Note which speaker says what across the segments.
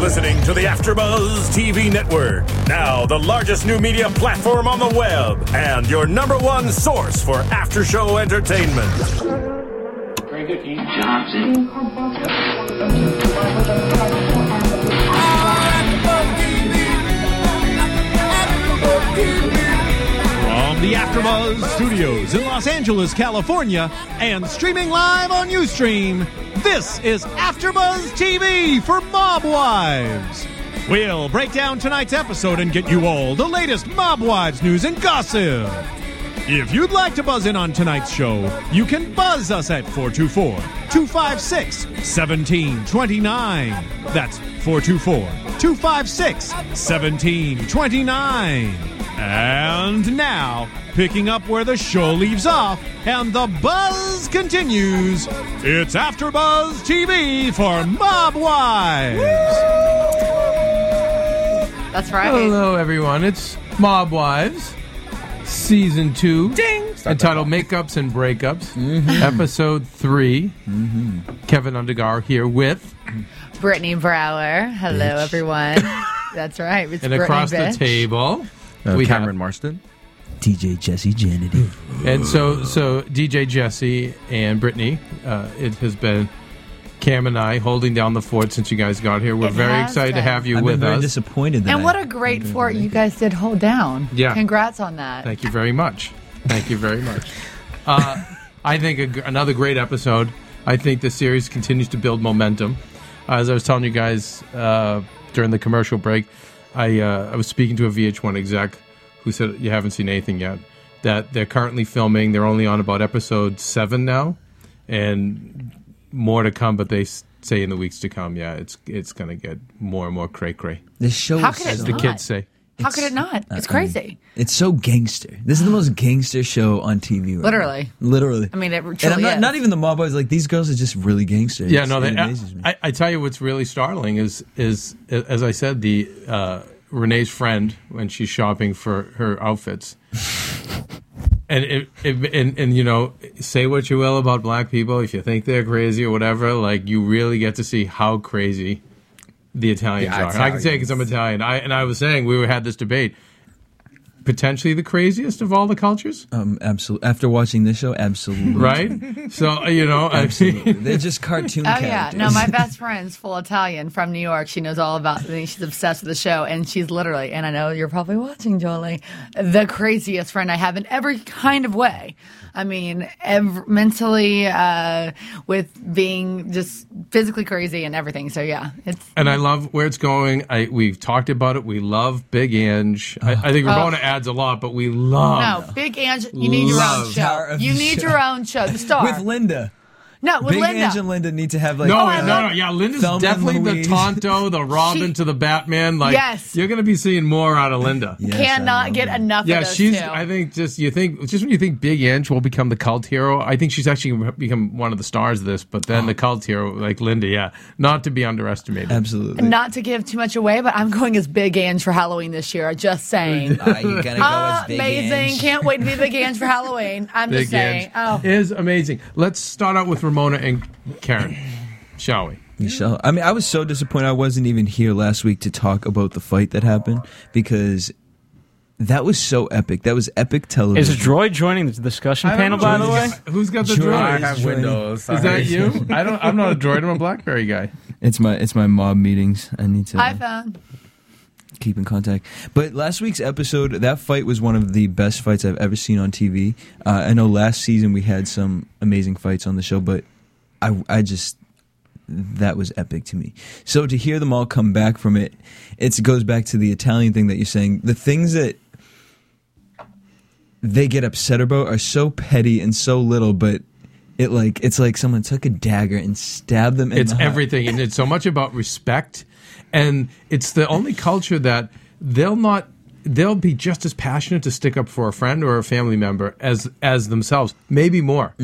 Speaker 1: listening to the AfterBuzz TV Network, now the largest new media platform on the web, and your number one source for after-show entertainment.
Speaker 2: Very good, Dean Johnson.
Speaker 3: From the AfterBuzz Studios in Los Angeles, California, and streaming live on UStream, this is AfterBuzz TV for Mob Wives. We'll break down tonight's episode and get you all the latest Mob Wives news and gossip. If you'd like to buzz in on tonight's show, you can buzz us at 424 256 1729. That's 424 256 1729. And now, picking up where the show leaves off and the buzz continues, it's After Buzz TV for Mob Wives.
Speaker 4: That's right.
Speaker 5: Hello, everyone. It's Mob Wives, Season 2. Ding! Entitled Makeups and Breakups,
Speaker 6: Mm-hmm.
Speaker 5: Episode 3. Kevin Undergar here with,
Speaker 4: Brittany Brower. Hello, everyone. That's right. It's
Speaker 5: and
Speaker 4: Brittany
Speaker 5: across
Speaker 4: bitch.
Speaker 5: the table,
Speaker 6: Uh,
Speaker 5: we
Speaker 6: Cameron
Speaker 5: have.
Speaker 6: Marston.
Speaker 7: DJ Jesse
Speaker 4: Hmm.
Speaker 7: Janity.
Speaker 5: And so, so DJ Jesse and Brittany, uh, it has been Cam and I holding down the fort since you guys got here. We're
Speaker 4: It
Speaker 5: very
Speaker 4: has
Speaker 5: excited to
Speaker 4: been.
Speaker 5: have you
Speaker 7: I've been
Speaker 5: with
Speaker 7: very
Speaker 5: us.
Speaker 7: disappointed. That
Speaker 4: And
Speaker 7: I-
Speaker 4: what a great fort you guys did hold down.
Speaker 5: Yeah.
Speaker 4: Congrats on that.
Speaker 5: Thank you very much. Thank you very much. Uh, I think a gr another great episode. I think the series continues to build momentum. Uh, As I was telling you guys uh, during the commercial break, I uh, I was speaking to a VH1 exec who said you haven't seen anything yet. That they're currently filming. They're only on about episode seven now, and more to come. But they s- say in the weeks to come, yeah, it's it's going to get more and more cray cray,
Speaker 7: this show
Speaker 4: How
Speaker 7: is
Speaker 4: could it
Speaker 7: so-
Speaker 5: the
Speaker 4: Not.
Speaker 5: kids say.
Speaker 4: How could it not? It's crazy.
Speaker 7: It's so gangster. This is the most gangster show on TV. Right
Speaker 4: Literally.
Speaker 7: now. literally.
Speaker 4: I mean, it truly
Speaker 7: and I'm not,
Speaker 4: is.
Speaker 7: not even the mob boys. Like these girls are just really gangster.
Speaker 5: Yeah,
Speaker 7: It's-
Speaker 5: no,
Speaker 7: it
Speaker 5: they, I,
Speaker 7: amazes me.
Speaker 5: I, I tell you what's really startling is is as I said, the uh, Renee's friend when she's shopping for her outfits, and it, it, and and you know, say what you will about black people, if you think they're crazy or whatever, like you really get to see how crazy the Italians
Speaker 6: Yeah,
Speaker 5: are. And I can say because I'm Italian. I and I was saying we had this debate. Potentially the craziest of all the cultures,
Speaker 7: um, absolutely. After watching this show, absolutely.
Speaker 5: right? so you know, I
Speaker 7: Absolutely.
Speaker 5: mean,
Speaker 7: They're just cartoon
Speaker 4: Oh yeah,
Speaker 7: characters.
Speaker 4: no, my best friend's full Italian from New York. She knows all about. I mean, she's obsessed with the show, and she's literally. And I know you're probably watching, Jolie, the craziest friend I have in every kind of way. I mean, ev- mentally, uh, with being just physically crazy and everything. So yeah, it's
Speaker 5: and I love where it's going. I we've talked about it. We love Big Ange. I, I think Ramona adds a lot, but we love.
Speaker 4: Oh. no big Ange. You need your own
Speaker 5: Um, Love.
Speaker 7: Tower
Speaker 4: show.
Speaker 7: of
Speaker 4: You
Speaker 7: the
Speaker 4: need
Speaker 7: show.
Speaker 4: your own show. The star.
Speaker 7: With Linda.
Speaker 4: no, with
Speaker 7: Big
Speaker 4: Linda. Oh,
Speaker 7: Ange and Linda need to have like.
Speaker 5: No,
Speaker 7: uh,
Speaker 5: Oh, no, no, yeah. Linda's
Speaker 7: Thelma and
Speaker 5: definitely the
Speaker 7: Louise.
Speaker 5: Tonto, the Robin
Speaker 4: She-
Speaker 5: to the Batman. Like,
Speaker 4: Yes.
Speaker 5: you're gonna be seeing more out of Linda. Yeah,
Speaker 7: Yes, I
Speaker 4: Cannot
Speaker 7: love
Speaker 4: get
Speaker 7: it.
Speaker 4: enough of those
Speaker 5: she's.
Speaker 4: two.
Speaker 5: I think just you think just when you think Big Ange will become the cult hero, I think she's actually gonna become one of the stars of this. But then the cult hero, like Linda, yeah, not to be underestimated.
Speaker 7: Absolutely.
Speaker 4: Not to give too much away, but I'm going as Big Ange for Halloween this year. Just saying.
Speaker 6: Ah, you gotta go as Big
Speaker 4: Amazing.
Speaker 6: Ange.
Speaker 4: Can't wait to be Big Ange for Halloween. I'm
Speaker 5: Big
Speaker 4: just saying.
Speaker 5: Ange
Speaker 4: Oh.
Speaker 5: is amazing. Let's start out with Ramona and Karen, shall we?
Speaker 7: Michelle. I mean, I was so disappointed I wasn't even here last week to talk about the fight that happened because that was so epic. That was epic television.
Speaker 8: Is Droid joining the discussion panel, by the way?
Speaker 5: Who's got the
Speaker 7: Joy.
Speaker 6: I
Speaker 5: droid?
Speaker 7: Joy.
Speaker 6: have Windows.
Speaker 5: Is
Speaker 6: sorry.
Speaker 5: that you? I don't. I'm not a droid. I'm a BlackBerry guy.
Speaker 7: It's my it's my mob meetings. I need to
Speaker 4: iPhone.
Speaker 7: keep in contact. But last week's episode, that fight was one of the best fights I've ever seen on TV. Uh, I know last season we had some amazing fights on the show, but I I just that was epic to me. So to hear them all come back from it, it goes back to the Italian thing that you're saying. The things that they get upset about are so petty and so little, but it like it's like someone took a dagger and stabbed them. In
Speaker 5: It's
Speaker 7: the heart.
Speaker 5: everything, and it's so much about respect, and it's the only culture that they'll not. They'll be just as passionate to stick up for a friend or a family member as as themselves, maybe more.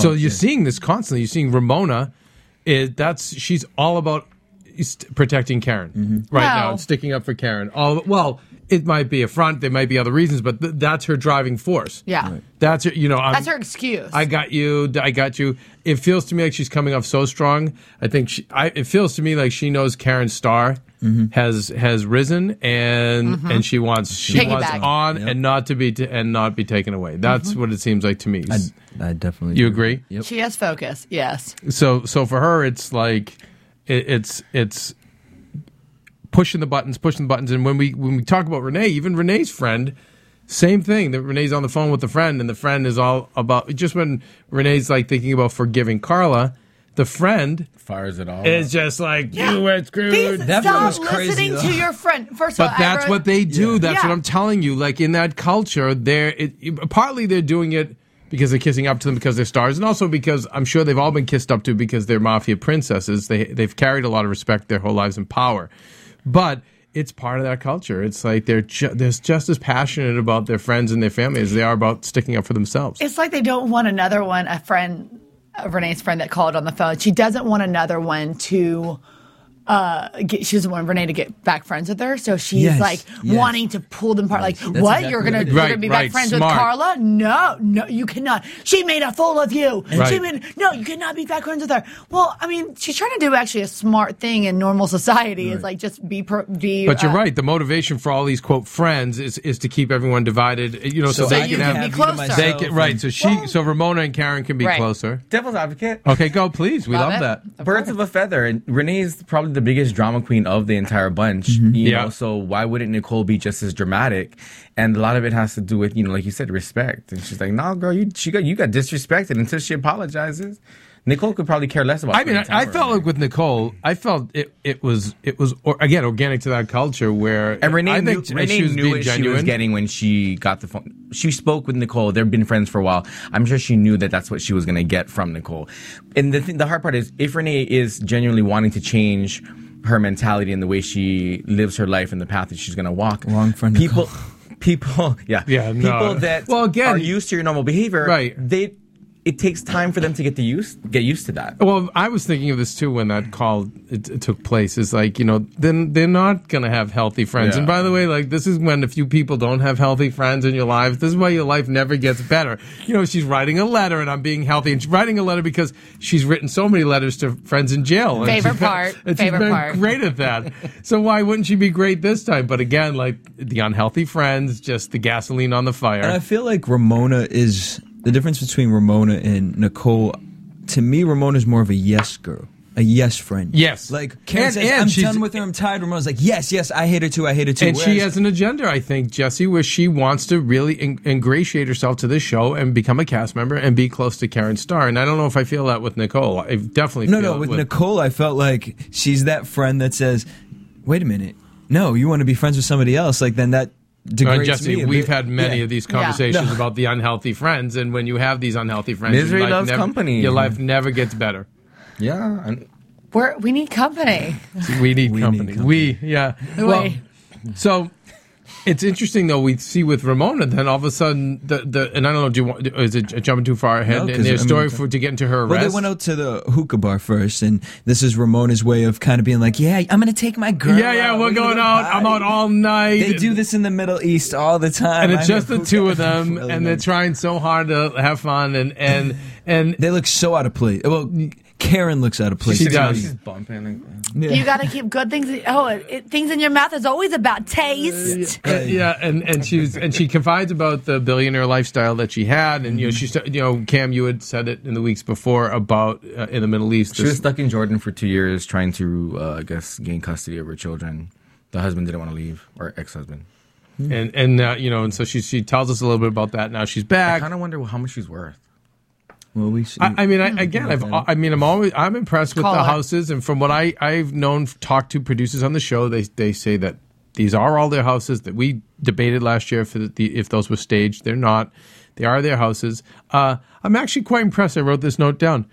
Speaker 5: so you're seeing this constantly. You're seeing Ramona. It, that's she's all about is- protecting Karen right now
Speaker 4: Well-
Speaker 5: and sticking up for Karen. All well, It might be a front. There might be other reasons, but th- that's her driving force.
Speaker 4: Yeah. Right.
Speaker 5: That's her, you know. I'm,
Speaker 4: That's her excuse.
Speaker 5: I got you. I got you. It feels to me like she's coming off so strong. I think she. I, it feels to me like she knows Karen Starr
Speaker 7: Mm-hmm.
Speaker 5: has has risen and
Speaker 4: Mm-hmm.
Speaker 5: and she wants she wants
Speaker 4: Piggyback.
Speaker 5: on
Speaker 7: Yep.
Speaker 5: and not to be t- and not be taken away. That's
Speaker 4: Mm-hmm.
Speaker 5: what it seems like to me.
Speaker 7: I, I definitely.
Speaker 5: You
Speaker 7: do.
Speaker 5: agree?
Speaker 7: Yep.
Speaker 4: She has focus. Yes.
Speaker 5: So so for her, it's like it, it's it's pushing the buttons, pushing the buttons, and when we when we talk about Renee, even Renee's friend. Same thing that Renee's on the phone with a friend, and the friend is all about just when Renee's like thinking about forgiving Carla, the friend
Speaker 6: Fires it all.
Speaker 5: is just like, you were screwed.
Speaker 4: Please
Speaker 7: that
Speaker 4: stop
Speaker 7: was crazy,
Speaker 4: listening
Speaker 7: though.
Speaker 4: to your friend. First of all,
Speaker 5: But
Speaker 4: I
Speaker 5: that's
Speaker 4: wrote-
Speaker 5: what they do. That's
Speaker 4: Yeah.
Speaker 5: what I'm telling you. Like in that culture, they're it, it- partly they're doing it because they're kissing up to them because they're stars, and also because I'm sure they've all been kissed up to because they're mafia princesses. They they've carried a lot of respect their whole lives and power, but. It's part of that culture. It's like they're ju- they're just as passionate about their friends and their family as they are about sticking up for themselves.
Speaker 4: It's like they don't want another one, a friend, uh, Renee's friend that called on the phone. She doesn't want another one to. Uh, get, she doesn't want Renee to get back friends with her, so she's
Speaker 7: Yes,
Speaker 4: like
Speaker 7: yes.
Speaker 4: wanting to pull them apart. Like,
Speaker 7: That's
Speaker 4: what?
Speaker 7: exactly
Speaker 4: you're gonna,
Speaker 7: what it
Speaker 4: you're
Speaker 5: is.
Speaker 4: gonna be
Speaker 5: Right,
Speaker 4: back
Speaker 5: right,
Speaker 4: friends with
Speaker 5: smart.
Speaker 4: Carla? No, no, you cannot. She made a fool of you. She
Speaker 5: Right.
Speaker 4: made no, you cannot be back friends with her. Well, I mean, she's trying to do actually a smart thing in normal society is like just be pro, be.
Speaker 5: But you're
Speaker 4: uh,
Speaker 5: right. The motivation for all these quote friends is is to keep everyone divided. You know, so,
Speaker 4: So
Speaker 5: they
Speaker 4: you
Speaker 5: can
Speaker 4: can
Speaker 5: have
Speaker 4: be
Speaker 7: to
Speaker 4: closer.
Speaker 7: myself
Speaker 5: They can, right. So she,
Speaker 4: Well-
Speaker 5: so Ramona and Karen can be
Speaker 4: Right.
Speaker 5: closer.
Speaker 6: Devil's advocate.
Speaker 5: Okay, go please. We love,
Speaker 4: it.
Speaker 5: that.
Speaker 4: Of
Speaker 6: Birds
Speaker 4: course.
Speaker 6: of a feather, and Renee's probably the biggest drama queen of the entire bunch. You
Speaker 5: Yeah.
Speaker 6: know, so why wouldn't Nicole be just as dramatic? And a lot of it has to do with you know, like you said, respect. And she's like, "No, girl, you she got you got disrespected until she apologizes." Nicole could probably care less about.
Speaker 5: I mean, I,
Speaker 6: spending time
Speaker 5: I
Speaker 6: with
Speaker 5: felt
Speaker 6: Renee.
Speaker 5: like with Nicole, I felt it. It was it was or, again organic to that culture where
Speaker 6: And Renee
Speaker 5: I
Speaker 6: knew,
Speaker 5: think
Speaker 6: Renee
Speaker 5: she was
Speaker 6: knew
Speaker 5: being
Speaker 6: what she
Speaker 5: genuine.
Speaker 6: was getting when she got the phone. She spoke with Nicole. They've been friends for a while. I'm sure she knew that that's what she was going to get from Nicole. And the, th- the hard part is if Renee is genuinely wanting to change her mentality and the way she lives her life and the path that she's going to walk,
Speaker 7: Wrong for
Speaker 6: people,
Speaker 7: Nicole.
Speaker 6: people, yeah,
Speaker 5: Yeah, no.
Speaker 6: people that
Speaker 5: Well, again-
Speaker 6: are used to your normal behavior,
Speaker 5: Right.
Speaker 6: They, it takes time for them to get to use get used to that.
Speaker 5: Well, I was thinking of this too when that call it, it took place. Is like you know, then they're not gonna have healthy friends.
Speaker 6: Yeah.
Speaker 5: And by the way, like this is when a few people don't have healthy friends in your life. This is why your life never gets better. You know, she's writing a letter, and I'm being healthy, and she's writing a letter because she's written so many letters to friends in jail. And
Speaker 4: Favorite
Speaker 5: she's been-
Speaker 4: part. Favorite
Speaker 5: and she's been
Speaker 4: part.
Speaker 5: Great at that. so why wouldn't she be great this time? But again, like the unhealthy friends, just the gasoline on the fire.
Speaker 7: And I feel like Ramona is the difference between Ramona and Nicole. To me, Ramona's more of a yes girl, a yes friend.
Speaker 5: Yes.
Speaker 7: Like Karen
Speaker 5: And-
Speaker 7: says,
Speaker 5: and
Speaker 7: I'm
Speaker 5: she's-
Speaker 7: done with her. I'm tired. Ramona's like, yes, yes, I hate her too. I hate her too.
Speaker 5: And she
Speaker 7: Whereas-
Speaker 5: has an agenda, I think, Jesse, where she wants to really in- ingratiate herself to this show and become a cast member and be close to Karen Starr. And I don't know if I feel that with Nicole. I definitely
Speaker 7: No,
Speaker 5: feel
Speaker 7: no.
Speaker 5: it
Speaker 7: With Nicole, I felt like she's that friend that says, "Wait a minute, no, you want to be friends with somebody else." Like then that
Speaker 5: Uh,
Speaker 7: degrades
Speaker 5: Jesse,
Speaker 7: me. a
Speaker 5: we've
Speaker 7: bit.
Speaker 5: had many
Speaker 7: Yeah.
Speaker 5: of these conversations
Speaker 7: No.
Speaker 5: about the unhealthy friends, and when you have these unhealthy friends,
Speaker 6: Misery
Speaker 5: your life
Speaker 6: loves
Speaker 5: never-
Speaker 6: company.
Speaker 5: Your life never gets better.
Speaker 6: Yeah, and
Speaker 4: We're, we need company.
Speaker 5: We need,
Speaker 7: We need
Speaker 5: company.
Speaker 7: company.
Speaker 5: We, yeah. Well,
Speaker 4: Wait.
Speaker 5: so it's interesting though. We see with Ramona, then all of a sudden, the, the and I don't know. Do you want? Is it jumping too far ahead
Speaker 7: No,
Speaker 5: in
Speaker 7: 'cause,
Speaker 5: their
Speaker 7: I mean,
Speaker 5: story for to get into her arrest?
Speaker 7: Well, they went out to the hookah bar first, and this is Ramona's way of kind of being like, "Yeah, I'm gonna take my girl."
Speaker 5: Yeah, yeah,
Speaker 7: out.
Speaker 5: we're,
Speaker 7: gonna
Speaker 5: going
Speaker 7: go
Speaker 5: out. I'm out
Speaker 7: party."
Speaker 5: all night.
Speaker 7: They do this in the Middle East all the time,
Speaker 5: and it's
Speaker 7: I'm
Speaker 5: just
Speaker 7: at
Speaker 5: the two
Speaker 7: hookah.
Speaker 5: of them,
Speaker 7: Really
Speaker 5: and they're
Speaker 7: nice.
Speaker 5: trying so hard to have fun, and and and
Speaker 7: They look so out of place. Well, Karen looks out of place.
Speaker 5: She
Speaker 7: to
Speaker 5: does.
Speaker 7: me.
Speaker 6: she's bumping. Like,
Speaker 4: You got to keep good things. Oh, it, it, things in your mouth is always about taste.
Speaker 5: Uh, yeah, and and she was, and she confides about the billionaire lifestyle that she had, and you know she sta- you know Cam, you had said it in the weeks before about uh, in the Middle East.
Speaker 6: She
Speaker 5: this-
Speaker 6: was stuck in Jordan for two years trying to, uh, I guess, gain custody of her children. The husband didn't want to leave, or ex-husband.
Speaker 5: and and uh, you know, and so she she tells us a little bit about that. Now she's
Speaker 6: I
Speaker 5: back.
Speaker 6: kind of wonder how much she's worth.
Speaker 7: Well, we see.
Speaker 5: I, I mean,
Speaker 6: Hmm.
Speaker 5: I, again, I've, I mean, I'm always, I'm impressed with
Speaker 4: Call
Speaker 5: the
Speaker 4: it.
Speaker 5: houses, and from what I, I've known, talked to producers on the show, they, they say that these are all their houses that we debated last year if the, if those were staged. They're not. They are their houses. Uh, I'm actually quite impressed. I wrote this note down.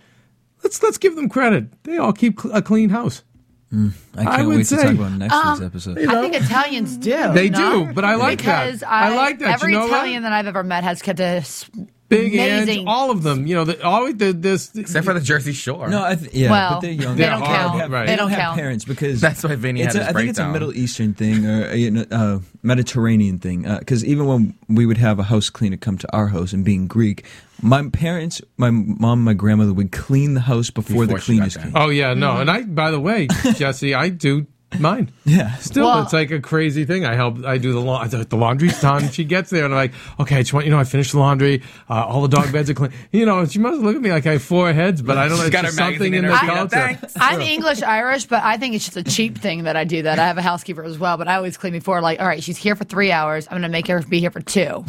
Speaker 5: Let's let's give them credit. They all keep cl- a clean house.
Speaker 7: I
Speaker 5: I
Speaker 7: can't
Speaker 5: would
Speaker 7: wait to
Speaker 5: say,
Speaker 7: talk about next week's episode.
Speaker 4: I think Italians do.
Speaker 5: They
Speaker 4: no?
Speaker 5: do, but I like that.
Speaker 4: because
Speaker 5: I like that. You
Speaker 4: Every
Speaker 5: know what?
Speaker 4: Italian that I've ever met has kept a s-
Speaker 5: Big
Speaker 4: Amazing.
Speaker 5: Ange, all of them. You know, the, always the, this.
Speaker 6: Except for the Jersey Shore.
Speaker 7: No, I th- yeah,
Speaker 4: Well,
Speaker 7: but they're young.
Speaker 4: they
Speaker 5: don't
Speaker 7: They
Speaker 5: count.
Speaker 7: have,
Speaker 5: Right.
Speaker 7: they
Speaker 5: They
Speaker 7: don't
Speaker 4: don't
Speaker 7: have
Speaker 4: count.
Speaker 7: parents because
Speaker 6: That's why Vinny
Speaker 7: it's
Speaker 6: had
Speaker 7: a-
Speaker 6: his
Speaker 7: I think it's a
Speaker 6: breakdown.
Speaker 7: Middle Eastern thing or uh, you know, uh, Mediterranean thing. Because even when we would have a house cleaner come to our house, and being Greek, my parents, my mom, and my grandmother would clean the house before, the
Speaker 6: Before she got
Speaker 7: cleaners
Speaker 6: there.
Speaker 7: came.
Speaker 5: Oh yeah, no. And I, by the way, Jesse, I do mine.
Speaker 7: Yeah.
Speaker 5: Still,
Speaker 4: Well-
Speaker 5: it's like a crazy thing. I help. I do the la- the laundry's done. She gets there, and I'm like, okay, I just want you to know I finished the laundry. Uh, all the dog beds are clean. You know, she must look at me like I have four heads, but I don't know.
Speaker 6: She's
Speaker 5: It's
Speaker 6: got
Speaker 5: just
Speaker 6: her magazine
Speaker 5: something in
Speaker 6: in
Speaker 5: the
Speaker 6: her hand.
Speaker 5: culture.
Speaker 6: Thanks.
Speaker 4: I'm English Irish, but I think it's just a cheap thing that I do that. I have a housekeeper as well, but I always clean before. Like, all right, she's here for three hours. I'm going to make her be here for two.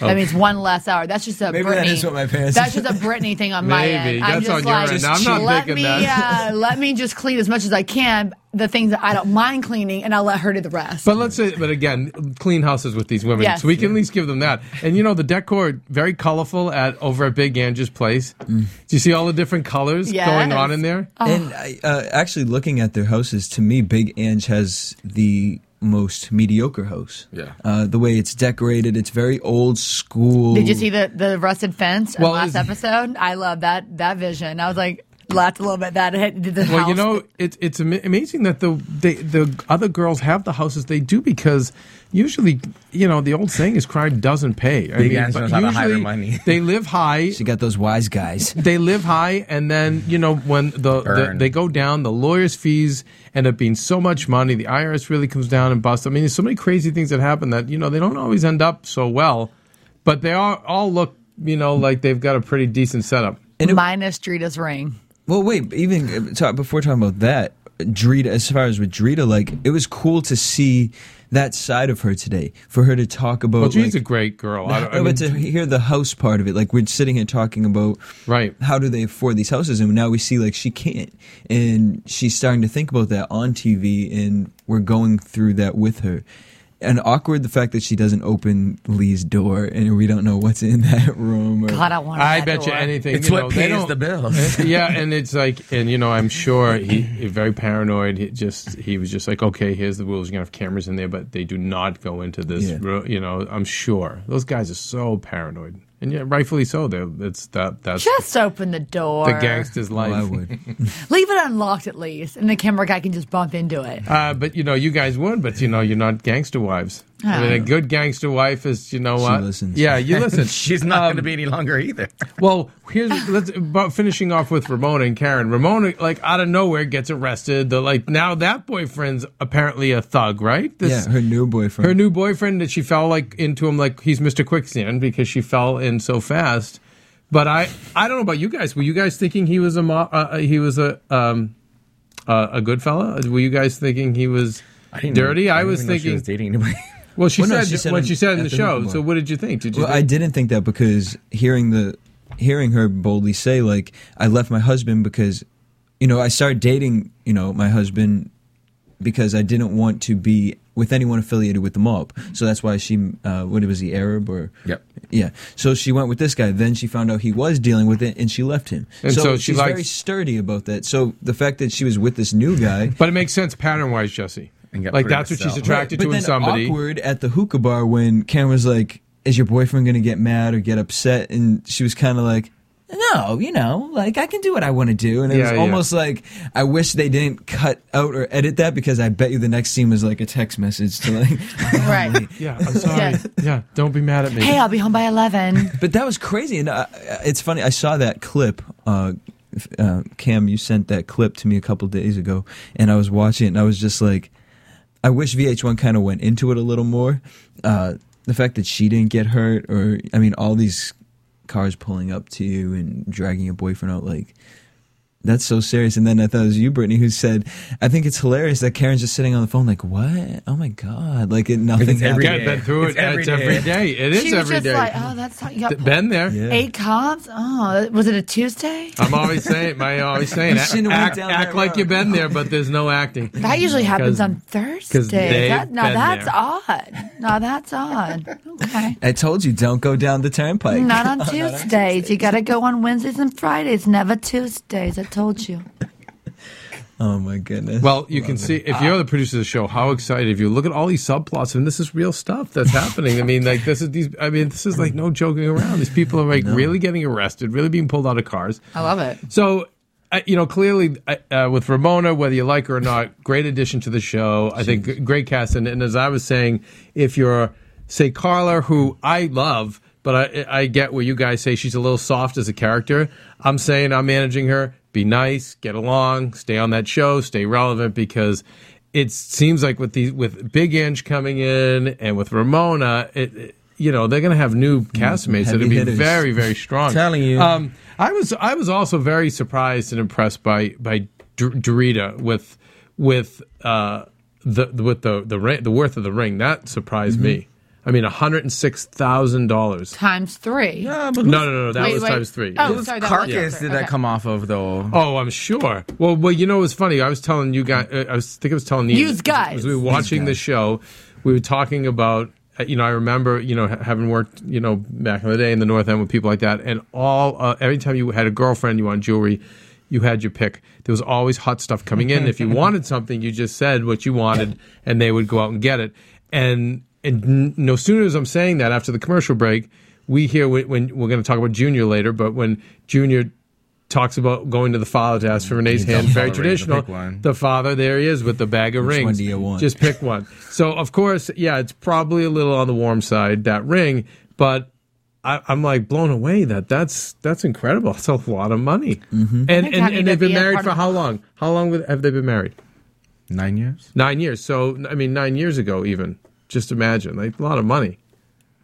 Speaker 5: Oh.
Speaker 4: That means one less hour. That's just a
Speaker 7: Maybe
Speaker 4: Britney.
Speaker 7: that is what my parents-
Speaker 4: That's just a Brittany thing on my
Speaker 5: Maybe.
Speaker 4: end. I'm
Speaker 5: That's
Speaker 4: just
Speaker 5: on your
Speaker 4: like,
Speaker 5: end. I'm not
Speaker 4: let
Speaker 5: thinking
Speaker 4: me,
Speaker 5: that.
Speaker 4: Uh, let me just clean as much as I can. The things that I don't mind cleaning, and I'll let her do the rest.
Speaker 5: But let's say, but again, clean houses with these women,
Speaker 4: Yes.
Speaker 5: so we can at least give them that. And you know, the decor very colorful at over at Big Ange's place. Do you see all the different colors
Speaker 4: Yes.
Speaker 5: going on in there?
Speaker 4: Oh.
Speaker 7: And I, uh, actually, looking at their houses, to me, Big Ange has the most mediocre house.
Speaker 6: Yeah.
Speaker 7: Uh, the way it's decorated, it's very old school.
Speaker 4: Did you see the the rusted fence in
Speaker 5: Well,
Speaker 4: last
Speaker 5: is-
Speaker 4: episode? I love that that vision. I was like, laughed a little bit. That hit did the
Speaker 5: Well,
Speaker 4: house.
Speaker 5: you know, it's it's ama- amazing that the they, the other girls have the houses they do because usually, you know, the old saying is crime doesn't pay. I
Speaker 6: Big Ange
Speaker 5: but
Speaker 6: knows how to hide her
Speaker 5: usually
Speaker 6: money.
Speaker 5: they live high.
Speaker 7: She got those wise guys.
Speaker 5: They live high, and then you know when the, the
Speaker 6: Burn.
Speaker 5: they go down, the lawyers' fees end up being so much money. The IRS really comes down and busts. I mean, there's so many crazy things that happen that you know they don't always end up so well, but they all all look you know like they've got a pretty decent setup.
Speaker 7: And it-
Speaker 4: minus Drita's ring.
Speaker 7: Well, wait. Even uh, talk, before talking about that, Drita. As far as with Drita, like it was cool to see that side of her today. For her to talk about,
Speaker 5: Well, she's
Speaker 7: like,
Speaker 5: a great girl. I, don't- I
Speaker 7: but
Speaker 5: mean,
Speaker 7: to hear the house part of it, like we're sitting here talking about,
Speaker 5: Right.
Speaker 7: How do they afford these houses? And now we see like she can't, and she's starting to think about that on TV, and we're going through that with her. And awkward the fact that she doesn't open Lee's door, and we don't know what's in that room. Or,
Speaker 4: God, I want.
Speaker 5: I
Speaker 4: that
Speaker 5: bet you
Speaker 4: door.
Speaker 5: anything.
Speaker 6: It's
Speaker 5: you
Speaker 6: what
Speaker 5: know, they
Speaker 6: pays
Speaker 5: don't-
Speaker 6: the bills.
Speaker 5: yeah, and it's like, and you know, I'm sure he, he very paranoid. He just he was just like, okay, here's the rules. You're gonna have cameras in there, but they do not go into this.
Speaker 7: Yeah.
Speaker 5: ro- You know, I'm sure those guys are so paranoid, and yeah, rightfully so. They're that's that that's
Speaker 4: Just open the door.
Speaker 5: the gangster's
Speaker 7: Well, I
Speaker 5: life.
Speaker 7: would.
Speaker 4: Leave it unlocked at least, and the camera guy can just bump into it.
Speaker 5: Uh, but you know, you guys would, but you know, you're not gangster wives. I mean, a good gangster wife is, you know what?
Speaker 7: listens.
Speaker 5: Yeah, you listen.
Speaker 6: She's not going to be any longer either.
Speaker 5: Well, here's let's about finishing off with Ramona and Karen. Ramona, like out of nowhere, gets arrested. The like now that boyfriend's apparently a thug, right?
Speaker 7: Yeah, her new boyfriend.
Speaker 5: her new boyfriend that she fell like into him like he's Mr. Quicksand because she fell in so fast. But I I don't know about you guys. Were you guys thinking he was a mo- uh, uh, he was a um uh, a good fella? Were you guys thinking he was dirty? I, was
Speaker 6: didn't even know she
Speaker 5: thinking.
Speaker 6: was dating anybody.
Speaker 5: well, she
Speaker 7: Well, no,
Speaker 5: said,
Speaker 7: she said
Speaker 5: what
Speaker 7: on-
Speaker 5: she said in
Speaker 7: at
Speaker 5: the
Speaker 7: the
Speaker 5: show.
Speaker 7: Hoover
Speaker 5: So
Speaker 7: Bar.
Speaker 5: what did you think? Did you
Speaker 7: Well, I
Speaker 5: think-
Speaker 7: didn't think that because hearing the hearing her boldly say like I left my husband because you know I started dating you know my husband because I didn't want to be with anyone affiliated with the mob. So that's why she uh, what was he Arab or
Speaker 6: Yep.
Speaker 7: yeah. So she went with this guy. Then she found out he was dealing with it and she left him.
Speaker 5: And so she
Speaker 7: she's
Speaker 5: likes-
Speaker 7: very sturdy about that. So the fact that she was with this new guy.
Speaker 5: But it makes sense pattern wise, Jesse.
Speaker 6: And got
Speaker 5: Like
Speaker 6: pretty
Speaker 5: that's what
Speaker 6: herself.
Speaker 5: she's attracted
Speaker 7: Right,
Speaker 5: to
Speaker 7: but
Speaker 5: in
Speaker 7: then
Speaker 5: somebody.
Speaker 7: Awkward at the hookah bar when Karen was like, "Is your boyfriend going to get mad or get upset?" And she was kind of like. No, you know, like I can do what I want to do, and it
Speaker 5: Yeah,
Speaker 7: was
Speaker 5: yeah.
Speaker 7: almost like I wish they didn't cut out or edit that because I bet you the next scene was like a text message to like.
Speaker 4: Right.
Speaker 5: Yeah, I'm sorry. yeah, don't be mad at me.
Speaker 4: hey, I'll be home by eleven.
Speaker 7: but that was crazy, and I, I- it's funny. I saw that clip. Uh, if- uh, Cam, you sent that clip to me a couple days ago, and I was watching it, and I was just like, I wish VH1 kind of went into it a little more. Uh, the fact that she didn't get hurt, or I mean, all these cars pulling up to you and dragging your boyfriend out, like that's so serious. And then I thought it was you, Brittany, who said, "I think it's hilarious that Karen's just sitting on the phone, like, what? Oh my god! Like it, nothing.
Speaker 6: It's every
Speaker 7: happened.
Speaker 5: Get been through
Speaker 6: It's
Speaker 5: it.
Speaker 6: every
Speaker 5: It's every day. It is
Speaker 4: she was
Speaker 5: every
Speaker 4: just
Speaker 5: day.
Speaker 4: like, "Oh, that's how you got pulled.
Speaker 5: Been there.
Speaker 7: Yeah.
Speaker 4: eight cops." Oh, was it a Tuesday?
Speaker 5: I'm always saying, my always saying,
Speaker 7: You shouldn't
Speaker 5: act,
Speaker 7: have went
Speaker 5: act,
Speaker 7: down that
Speaker 5: like you've
Speaker 7: road.
Speaker 5: been there, but there's no acting.
Speaker 4: That usually happens
Speaker 5: 'Cause-
Speaker 4: on
Speaker 5: 'cause
Speaker 4: Thursday.
Speaker 5: they've
Speaker 4: That, now
Speaker 5: been
Speaker 4: that's
Speaker 5: there.
Speaker 4: odd. Now that's odd. Okay.
Speaker 7: I told you, don't go down the turnpike.
Speaker 4: Not on Tuesdays. You got to go on Wednesdays and Fridays, never Tuesdays. I told you.
Speaker 7: Oh my goodness.
Speaker 5: Well, you can see if you're the producer of the show how excited if you look at all these subplots and this is real stuff that's happening. I mean, like this is these. I mean, this is like no joking around. These people are like really getting arrested, really being pulled out of cars.
Speaker 4: I love it.
Speaker 5: So, I, you know, clearly I- uh, with Ramona, whether you like her or not, great addition to the show. I think g- great cast. And, and as I was saying, if you're, say, Carla, who I love, but I, I get where you guys say she's a little soft as a character, I'm saying I'm managing her. Be nice, get along, stay on that show, stay relevant because. It seems like with these with Big Inch coming in and with Ramona, it, it- you know they're going to have new castmates that'll
Speaker 7: Mm, heavy
Speaker 5: be
Speaker 7: hitters.
Speaker 5: very very strong.
Speaker 6: Telling you.
Speaker 5: Um, I was I was also very surprised and impressed by by Dor- Dorita with with uh the with the the ring, the worth of the ring. That surprised
Speaker 6: Mm-hmm.
Speaker 5: me. I mean, one hundred and six thousand dollars.
Speaker 4: Times three.
Speaker 5: No, no, no, that
Speaker 4: Wait,
Speaker 5: was
Speaker 4: wait.
Speaker 5: times three.
Speaker 4: Oh,
Speaker 5: Yeah.
Speaker 4: sorry, that was
Speaker 6: Carcass
Speaker 4: three.
Speaker 6: did that
Speaker 4: Okay.
Speaker 6: come off of though?
Speaker 5: Oh, I'm sure. Well, well, you know, it was funny. I was telling you guys. uh, I was think I was telling you
Speaker 4: Yous guys.
Speaker 5: as we were watching the show. We were talking about. uh, You know, I remember. You know, ha- having worked. You know, back in the day in the North End with people like that, and all. Uh, every time you had a girlfriend, you wanted jewelry. You had your pick. There was always hot stuff coming in. if you wanted something, you just said what you wanted, and they would go out and get it. And and n- no sooner as I'm saying that after the commercial break, we hear when, when we're going to talk about Junior later, but when Junior talks about going to the father to ask for Renee's hand.
Speaker 6: don't tolerate
Speaker 5: Very
Speaker 6: it,
Speaker 5: traditional.
Speaker 6: pick one.
Speaker 5: The father, there he is with the bag of
Speaker 7: Which
Speaker 5: rings.
Speaker 7: one do you want?
Speaker 5: Just pick one. So, of course, yeah, it's probably a little on the warm side that ring, but I, I'm like blown away that that's that's incredible. That's a lot of money.
Speaker 7: Mm-hmm.
Speaker 5: And and,
Speaker 4: happy
Speaker 5: and
Speaker 4: to
Speaker 5: they've been
Speaker 4: be a
Speaker 5: married
Speaker 4: part
Speaker 5: for
Speaker 4: of-
Speaker 5: how long? How long would- have they been married?
Speaker 6: Nine years.
Speaker 5: Nine years. So I mean, nine years ago, even just imagine, like a lot of money,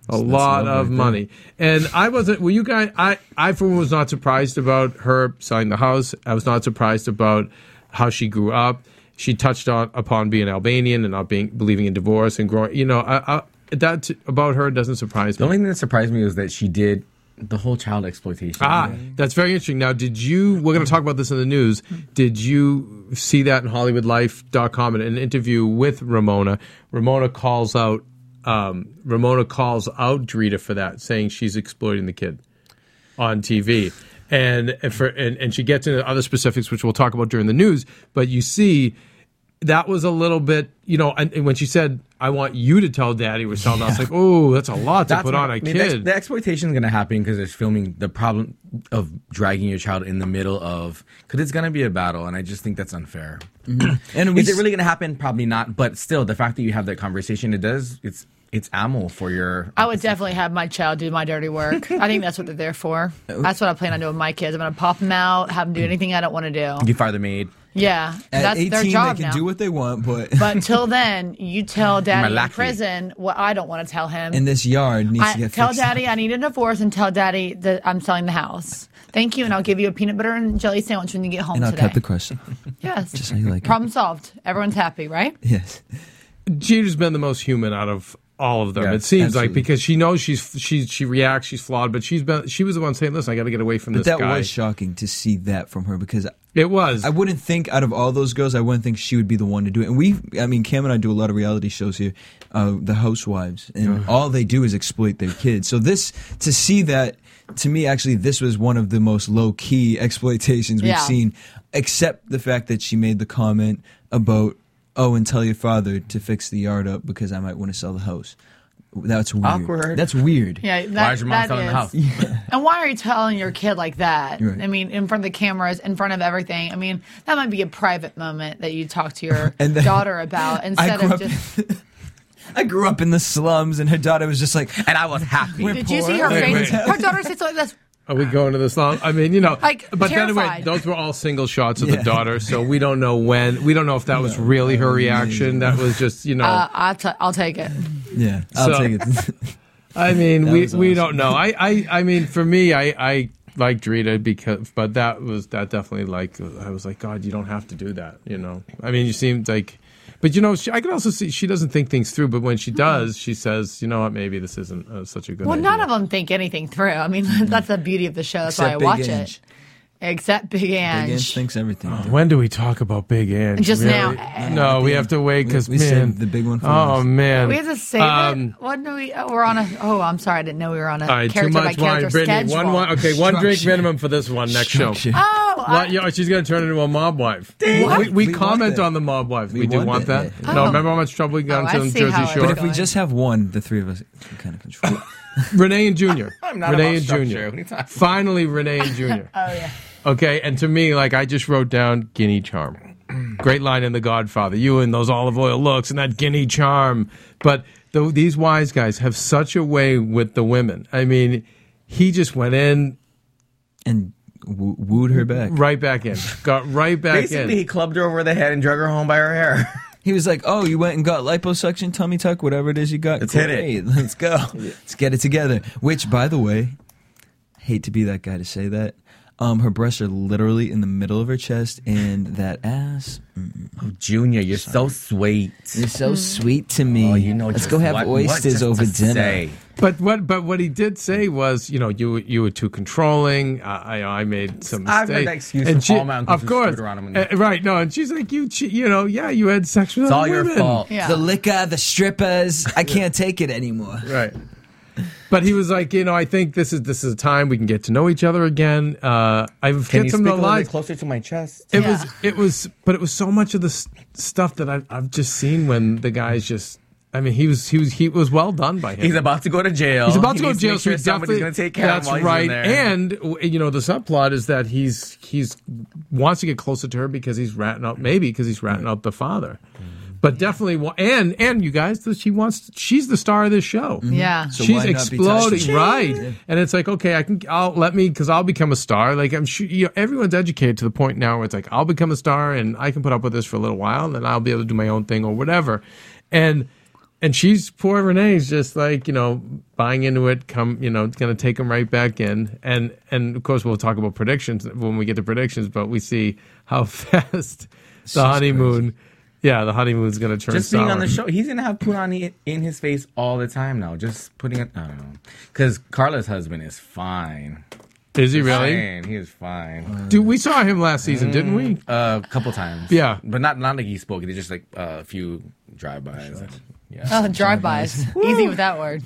Speaker 5: a lot
Speaker 7: love
Speaker 5: of
Speaker 7: right
Speaker 5: money. And I wasn't. Well, you guys, I, I for one was not surprised about her selling the house. I was not surprised about how she grew up. She touched on upon being Albanian and not being believing in divorce and growing. You know, I, I, that about her doesn't surprise
Speaker 6: The
Speaker 5: me.
Speaker 6: only thing that surprised me was that she did the whole child exploitation.
Speaker 5: Ah, that's very interesting. Now, did you? We're going to talk about this in the news. Did you see that in HollywoodLife.com in an interview with Ramona? Ramona calls out. Um, Ramona calls out Drita for that, saying she's exploiting the kid on TV. And and for and, and she gets into other specifics, which we'll talk about during the news. But you see, that was a little bit, you know. And, and when she said, "I want you to tell Daddy," we're selling. I was like, "Oh, that's a lot to put
Speaker 6: what-
Speaker 5: on a
Speaker 6: I mean, the ex-
Speaker 5: kid."
Speaker 6: The exploitation is going to happen because it's filming the problem of dragging your child in the middle of because it's going to be a battle, and I just think that's unfair.
Speaker 7: and we
Speaker 6: Is it really going to happen? Probably not. But still, the fact that you have that conversation, it does. It's it's ammo for your.
Speaker 4: I would definitely have my child do my dirty work. I think that's what they're there for. That's what I plan on doing with my kids. I'm going to pop them out, have them do anything I don't want to do.
Speaker 6: You fire the maid.
Speaker 4: Yeah,
Speaker 7: at
Speaker 4: that's
Speaker 7: 18
Speaker 4: their job
Speaker 7: they can
Speaker 4: now.
Speaker 7: do what they want, but,
Speaker 4: but till then, you tell daddy in
Speaker 6: lackey.
Speaker 4: prison what I don't want to tell him.
Speaker 7: in this yard needs
Speaker 4: I,
Speaker 7: to get
Speaker 4: tell
Speaker 7: fixed.
Speaker 4: daddy I need a divorce and tell daddy that I'm selling the house. Thank you, and I'll give you a peanut butter and jelly sandwich when you get home
Speaker 7: and I'll
Speaker 4: today.
Speaker 7: cut the crust.
Speaker 4: yes, just
Speaker 7: how you like it.
Speaker 4: problem solved. Everyone's happy, right?
Speaker 7: yes.
Speaker 5: Jeter's been the most human out of all of them.
Speaker 6: Yeah,
Speaker 5: it seems like
Speaker 7: absolutely.
Speaker 5: because she knows she's she she reacts, she's flawed, but she's been she was the one saying, "Listen, I got to get away from
Speaker 7: But
Speaker 5: this
Speaker 7: that
Speaker 5: guy."
Speaker 7: was shocking to see that from her because
Speaker 5: it was.
Speaker 7: I wouldn't think out of all those girls, I wouldn't think she would be the one to do it. And we, I mean, Cam and I do a lot of reality shows here, uh, the housewives, and all they do is exploit their kids. So this, to see that, to me, actually, this was one of the most low key exploitations we've
Speaker 4: Yeah.
Speaker 7: seen, except the fact that she made the comment about, oh, and tell your father to fix the yard up because I might want to sell the house. That's weird.
Speaker 6: Awkward.
Speaker 7: That's weird.
Speaker 4: Yeah, that,
Speaker 6: Why is your mom
Speaker 4: that
Speaker 6: selling the
Speaker 4: is-
Speaker 6: house?
Speaker 4: And why are you telling your kid like that?
Speaker 7: Right.
Speaker 4: I mean, in front of the cameras, in front of everything. I mean, that might be a private moment that you talk to your
Speaker 7: And then-
Speaker 4: daughter about instead
Speaker 7: grew
Speaker 4: of
Speaker 7: up-
Speaker 4: just.
Speaker 7: I grew up in the slums, and her daughter was just like,
Speaker 6: And I was happy.
Speaker 4: Did you see her
Speaker 5: Wait,
Speaker 4: face?
Speaker 5: wait.
Speaker 4: Her daughter said something like this.
Speaker 5: Are we going to the song? I mean, you know,
Speaker 4: Like,
Speaker 5: but anyway,
Speaker 4: terrified.
Speaker 5: those were all single shots of the
Speaker 7: Yeah.
Speaker 5: daughter, so we don't know when. We don't know if that was really her reaction. That was just, you know,
Speaker 7: Oh.
Speaker 4: Uh, I'll, t- I'll take it.
Speaker 7: "Yeah, I'll
Speaker 5: So-
Speaker 7: take it."
Speaker 5: I mean,
Speaker 7: That
Speaker 5: we,
Speaker 7: was
Speaker 5: we
Speaker 7: awesome.
Speaker 5: don't know. I, I, I mean, for me, I, I liked Rita because, but that was, that definitely like, I was like, God, you don't have to do that, you know? I mean, you seemed like, but you know, she, I could also see she doesn't think things through, but when she does, she says, you know what, maybe this isn't uh, such a good
Speaker 4: Mm-hmm. Well,
Speaker 5: idea.
Speaker 4: none of them think anything through. I mean, that's the beauty of the show. That's why I
Speaker 7: Mm-hmm. Except Big
Speaker 4: watch it. Except Big
Speaker 7: Ange.
Speaker 4: Ange.
Speaker 7: Big Ange thinks everything.
Speaker 5: When do we talk about Big Ange?
Speaker 4: Just now.
Speaker 5: No, we have to wait because
Speaker 7: We- we
Speaker 5: man,
Speaker 7: saved the big one for
Speaker 5: oh
Speaker 7: last.
Speaker 5: man,
Speaker 4: We have to save
Speaker 5: Um,
Speaker 4: it. What do we? Oh, we're on a. Oh, I'm sorry. I didn't know we were on a
Speaker 5: All right, too
Speaker 4: character by
Speaker 5: much wine,
Speaker 4: character
Speaker 5: Brittany.
Speaker 4: schedule.
Speaker 5: One, wine. okay, one drink
Speaker 7: Structure.
Speaker 5: minimum for this one next show.
Speaker 7: Structure.
Speaker 4: Oh, I-
Speaker 5: Like, yeah, she's going to turn into a mob wife.
Speaker 4: What?
Speaker 5: We, we,
Speaker 7: We want
Speaker 5: comment
Speaker 7: that.
Speaker 5: on the mob wife. We,
Speaker 7: We
Speaker 5: do
Speaker 7: want
Speaker 5: want that.
Speaker 7: that, yeah.
Speaker 5: No,
Speaker 4: Oh.
Speaker 5: remember how much trouble we got
Speaker 4: Oh, I
Speaker 5: into in
Speaker 4: see
Speaker 5: Jersey
Speaker 4: how it
Speaker 5: Shore?
Speaker 7: But if we just have one, the three of us can kind of control.
Speaker 5: Renee and Junior.
Speaker 6: I'm not
Speaker 5: Renee
Speaker 6: about
Speaker 5: and
Speaker 6: structure.
Speaker 5: Junior.
Speaker 6: What are you talking about?
Speaker 5: Finally, Renee and Junior.
Speaker 4: Oh yeah.
Speaker 5: Okay, and to me, like I just wrote down guinea charm. Great line in The Godfather. You and those olive oil looks and that guinea charm. But the, these wise guys have such a way with the women. I mean, he just went in,
Speaker 7: and woo- wooed her back.
Speaker 5: right back in, got right back
Speaker 6: Basically, he
Speaker 5: in.
Speaker 6: clubbed her over the head and drug her home by her hair.
Speaker 7: He was like, "Oh, you went and got liposuction, tummy tuck, whatever it is you got.
Speaker 6: Let's hit it.
Speaker 7: Great, Let's go. Let's get it together." Which, by the way, hate to be that guy to say that. Um, her breasts are literally in the middle of her chest, and that ass
Speaker 6: Junior, you're so sweet.
Speaker 7: is
Speaker 4: Hmm.
Speaker 7: so sweet to me.
Speaker 6: Oh, you know,
Speaker 7: Let's
Speaker 6: just
Speaker 7: go have
Speaker 6: what- what
Speaker 7: oysters
Speaker 6: just
Speaker 7: over
Speaker 6: to
Speaker 7: dinner.
Speaker 6: say.
Speaker 5: But what? But what he did say was, you know, you were- you were too controlling. I I, I made some
Speaker 6: I've
Speaker 5: mistakes.
Speaker 6: heard that excuse from all my uncles
Speaker 5: of
Speaker 6: who
Speaker 5: course,
Speaker 6: screwed around him.
Speaker 5: Uh, right? No, and she's like, you, che- you know, yeah, you had sex with
Speaker 6: It's all
Speaker 5: other
Speaker 6: your
Speaker 5: women.
Speaker 6: fault.
Speaker 4: Yeah.
Speaker 7: The liquor, the strippers. I can't take it anymore.
Speaker 5: right but he was like you know i think this is this is a time we can get to know each other again uh i
Speaker 6: Can
Speaker 5: forget
Speaker 6: you
Speaker 5: some
Speaker 6: speak a
Speaker 5: of
Speaker 6: little
Speaker 5: the
Speaker 6: bit
Speaker 5: lines
Speaker 6: closer to my chest?
Speaker 5: it
Speaker 4: Yeah.
Speaker 5: was it was but it was so much of the s- stuff that I've, I've just seen when the guys just i mean he was he was he was well done by him
Speaker 6: He's about to go to jail.
Speaker 5: He's about to
Speaker 6: He
Speaker 5: go to
Speaker 6: needs
Speaker 5: jail.
Speaker 6: make
Speaker 5: so
Speaker 6: sure
Speaker 5: he's
Speaker 6: somebody's
Speaker 5: definitely
Speaker 6: going to take care
Speaker 5: that's
Speaker 6: of him while
Speaker 5: right.
Speaker 6: he's in there.
Speaker 5: And w- you know the subplot is that he's he's wants to get closer to her because he's ratting out maybe because he's ratting out the father, but definitely wa- and and you guys the- she wants she's the star of this show.
Speaker 4: Yeah. So
Speaker 5: she's
Speaker 7: why not be
Speaker 5: exploding
Speaker 7: touched?
Speaker 5: right, and it's like okay I can I'll let me because I'll become a star. Like I'm sure you know, everyone's educated to the point now where it's like I'll become a star and I can put up with this for a little while and then I'll be able to do my own thing or whatever, and and she's poor Renee's just like you know buying into it. Come you know it's gonna take him right back in, and and of course we'll talk about predictions when we get to predictions. But we see how fast the honeymoon, yeah, the honeymoon's gonna turn.
Speaker 6: just being on the
Speaker 5: sour.
Speaker 6: show, he's going to have Punani in his face all the time now. Just putting it, I don't know. Because Carla's husband is fine.
Speaker 5: Is he really?
Speaker 6: Fine. He is fine. Mm.
Speaker 5: Dude, we saw him last season, didn't we?
Speaker 6: A couple times.
Speaker 5: Yeah.
Speaker 6: But not, not like he spoke. It's just like a few drive-bys. Yeah.
Speaker 4: Oh, drive-bys. Easy with that word.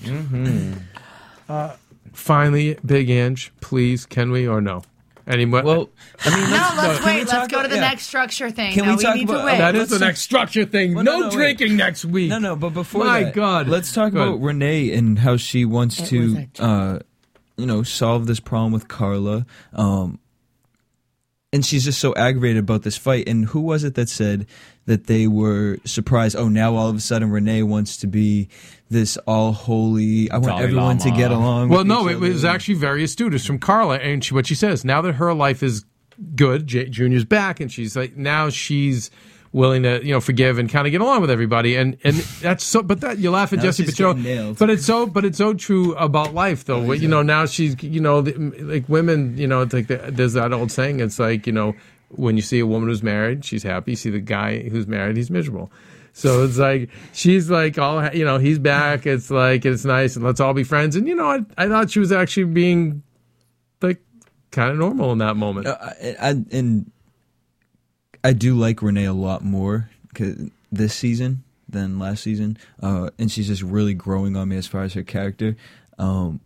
Speaker 5: Finally, Big Ange, please, can we or no? Any more?
Speaker 6: Well, I mean,
Speaker 4: No, Oh, let's wait.
Speaker 7: we
Speaker 4: Let's
Speaker 7: talk
Speaker 4: go to the
Speaker 7: about- yeah.
Speaker 4: next structure thing.
Speaker 7: Can
Speaker 4: no,
Speaker 7: we
Speaker 4: we
Speaker 7: talk
Speaker 4: need to
Speaker 7: about-
Speaker 4: wait.
Speaker 5: that is
Speaker 7: let's
Speaker 5: the
Speaker 7: talk-
Speaker 5: next structure thing.
Speaker 7: Well,
Speaker 5: no
Speaker 7: no, no, wait.
Speaker 5: drinking next week.
Speaker 7: No, no, but before
Speaker 5: My
Speaker 7: that,
Speaker 5: God.
Speaker 7: let's talk
Speaker 5: Go
Speaker 7: about
Speaker 5: ahead.
Speaker 7: Renee and how she wants
Speaker 4: It was
Speaker 7: to,
Speaker 4: a joke.
Speaker 7: uh, you know, solve this problem with Carla. Um, and she's just so aggravated about this fight. And who was it that said that they were surprised? Oh, now all of a sudden Renee wants to be this all holy. I want
Speaker 6: Dalai
Speaker 7: everyone to
Speaker 6: Lama.
Speaker 7: get along.
Speaker 5: Well,
Speaker 7: with
Speaker 5: no,
Speaker 7: each
Speaker 5: it was
Speaker 7: other."
Speaker 5: actually very astute. It's from Carla, and she, what she says now that her life is good, J- Junior's back, and she's like now she's willing to you know forgive and kind of get along with everybody, and and that's so. But that you laugh at
Speaker 7: Now
Speaker 5: Jesse,
Speaker 7: she's
Speaker 5: but you know,
Speaker 7: getting nailed. Oh,
Speaker 5: but it's so, but it's so true about life though. you know, now she's you know the- like women, you know, it's like the, there's that old saying. It's like you know when you see a woman who's married, she's happy. You see the guy who's married, he's miserable. So it's like she's like all ha- you know he's back. It's like it's nice and let's all be friends. And you know I, I thought she was actually being like kind of normal in that moment.
Speaker 7: Uh, I, I, and I do like Renee a lot more 'cause- this season than last season, uh, and she's just really growing on me as far as her character. Um,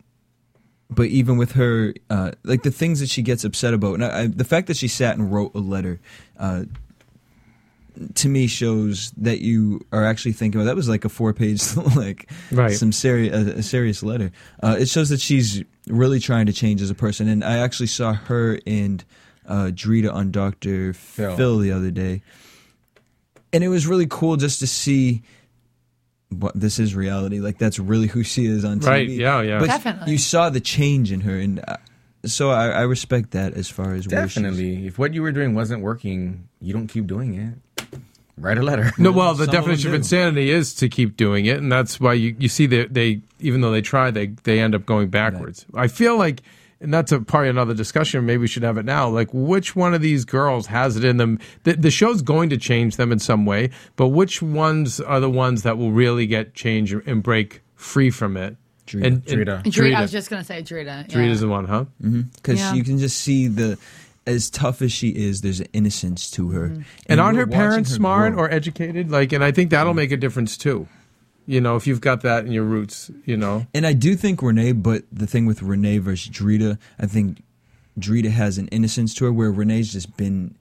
Speaker 7: but even with her, uh, like the things that she gets upset about, and I, I, the fact that she sat and wrote a letter, uh, to me shows that you are actually thinking. Well, that was like a four-page, like
Speaker 5: Right.
Speaker 7: some serious, a, a serious letter. Uh, it shows that she's really trying to change as a person. And I actually saw her and uh, Drita on Doctor Phil.
Speaker 6: Phil.
Speaker 7: the other day, and it was really cool just to see. What this is reality, like that's really who she is on TV.
Speaker 5: Right, yeah, yeah.
Speaker 7: But
Speaker 4: Definitely.
Speaker 7: you saw the change in her, and uh, so I, I respect that as far as where she's-
Speaker 6: Definitely. If what you were doing wasn't working, you don't keep doing it. Write a letter.
Speaker 5: No, well, the
Speaker 7: Some of them
Speaker 5: definition of
Speaker 7: do.
Speaker 5: insanity is to keep doing it, and that's why you, you see that they even though they try, they they end up going backwards. I feel like, and that's a probably another discussion. Maybe we should have it now. Like, which one of these girls has it in them? The, the show's going to change them in some way, but which ones are the ones that will really get changed and break free from it?
Speaker 7: Drita. Mm-hmm.
Speaker 5: And,
Speaker 6: Drita.
Speaker 4: Drita. I was just gonna say Drita. Yeah.
Speaker 5: Drita's the one, huh?
Speaker 7: because
Speaker 4: Yeah.
Speaker 7: you can just see the as tough as she is there's an innocence to her and,
Speaker 5: And aren't
Speaker 7: we're
Speaker 5: her parents
Speaker 7: watching her
Speaker 5: smart
Speaker 7: grow. Mm-hmm.
Speaker 5: or educated? Like, and I think that'll make a difference too. You know, if you've got that in your roots, you know.
Speaker 7: and i do think renee but the thing with renee versus drita i think Drita has an innocence to her where Renee's just been.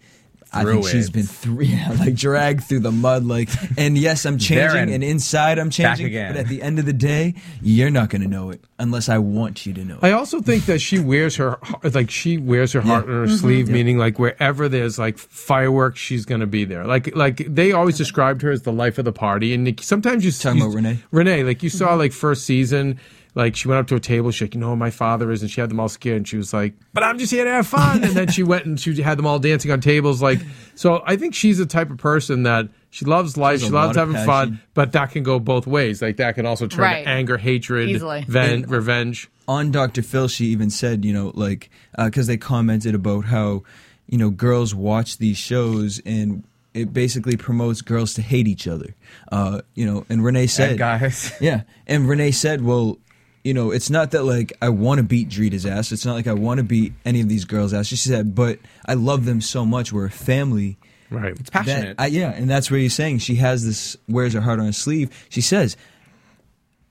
Speaker 7: I
Speaker 6: Through
Speaker 7: think she's
Speaker 6: it.
Speaker 7: been through, yeah, like dragged through the mud. Like, and yes, I'm changing,
Speaker 6: Therein.
Speaker 7: and inside I'm changing.
Speaker 6: again.
Speaker 7: But at the end of the day, you're not going to know it unless I want you to know it.
Speaker 5: I also think that she wears her like she wears her heart
Speaker 7: Yeah. Mm-hmm.
Speaker 5: on her sleeve, meaning like wherever there's like fireworks, she's gonna be there. Like like they always described her as the life of the party, and like, sometimes you
Speaker 7: Talking
Speaker 5: you-
Speaker 7: about Mm-hmm. Renee? Mm-hmm.
Speaker 5: Renee, like you saw like first season. Like she went up to a table, she's like, you know who my father is, and she had them all scared, and she was like, "But I'm just here to have fun." And then she went and she had them all dancing on tables, like. So I think she's the type of person that she loves life,
Speaker 7: There's
Speaker 5: she
Speaker 7: a lot
Speaker 5: loves
Speaker 7: of
Speaker 5: having
Speaker 7: passion.
Speaker 5: fun, but that can go both ways. Like that can also turn
Speaker 4: Right.
Speaker 5: to anger, hatred,
Speaker 4: Easily.
Speaker 5: ven- revenge.
Speaker 7: on Dr. Phil, she even said, you know, like, because they commented about how, you know, girls watch these shows and it basically promotes girls to hate each other. Uh, you know, and Renee said,
Speaker 6: guys.
Speaker 7: Yeah. And Renee said, well, you know, it's not that like I want to beat Drita's ass. It's not like I want to beat any of these girls' ass. She said, but I love them so much. We're a family.
Speaker 5: Right.
Speaker 6: It's passionate.
Speaker 7: That, I, yeah, and that's where you're saying she has this wears her heart on her sleeve. She says,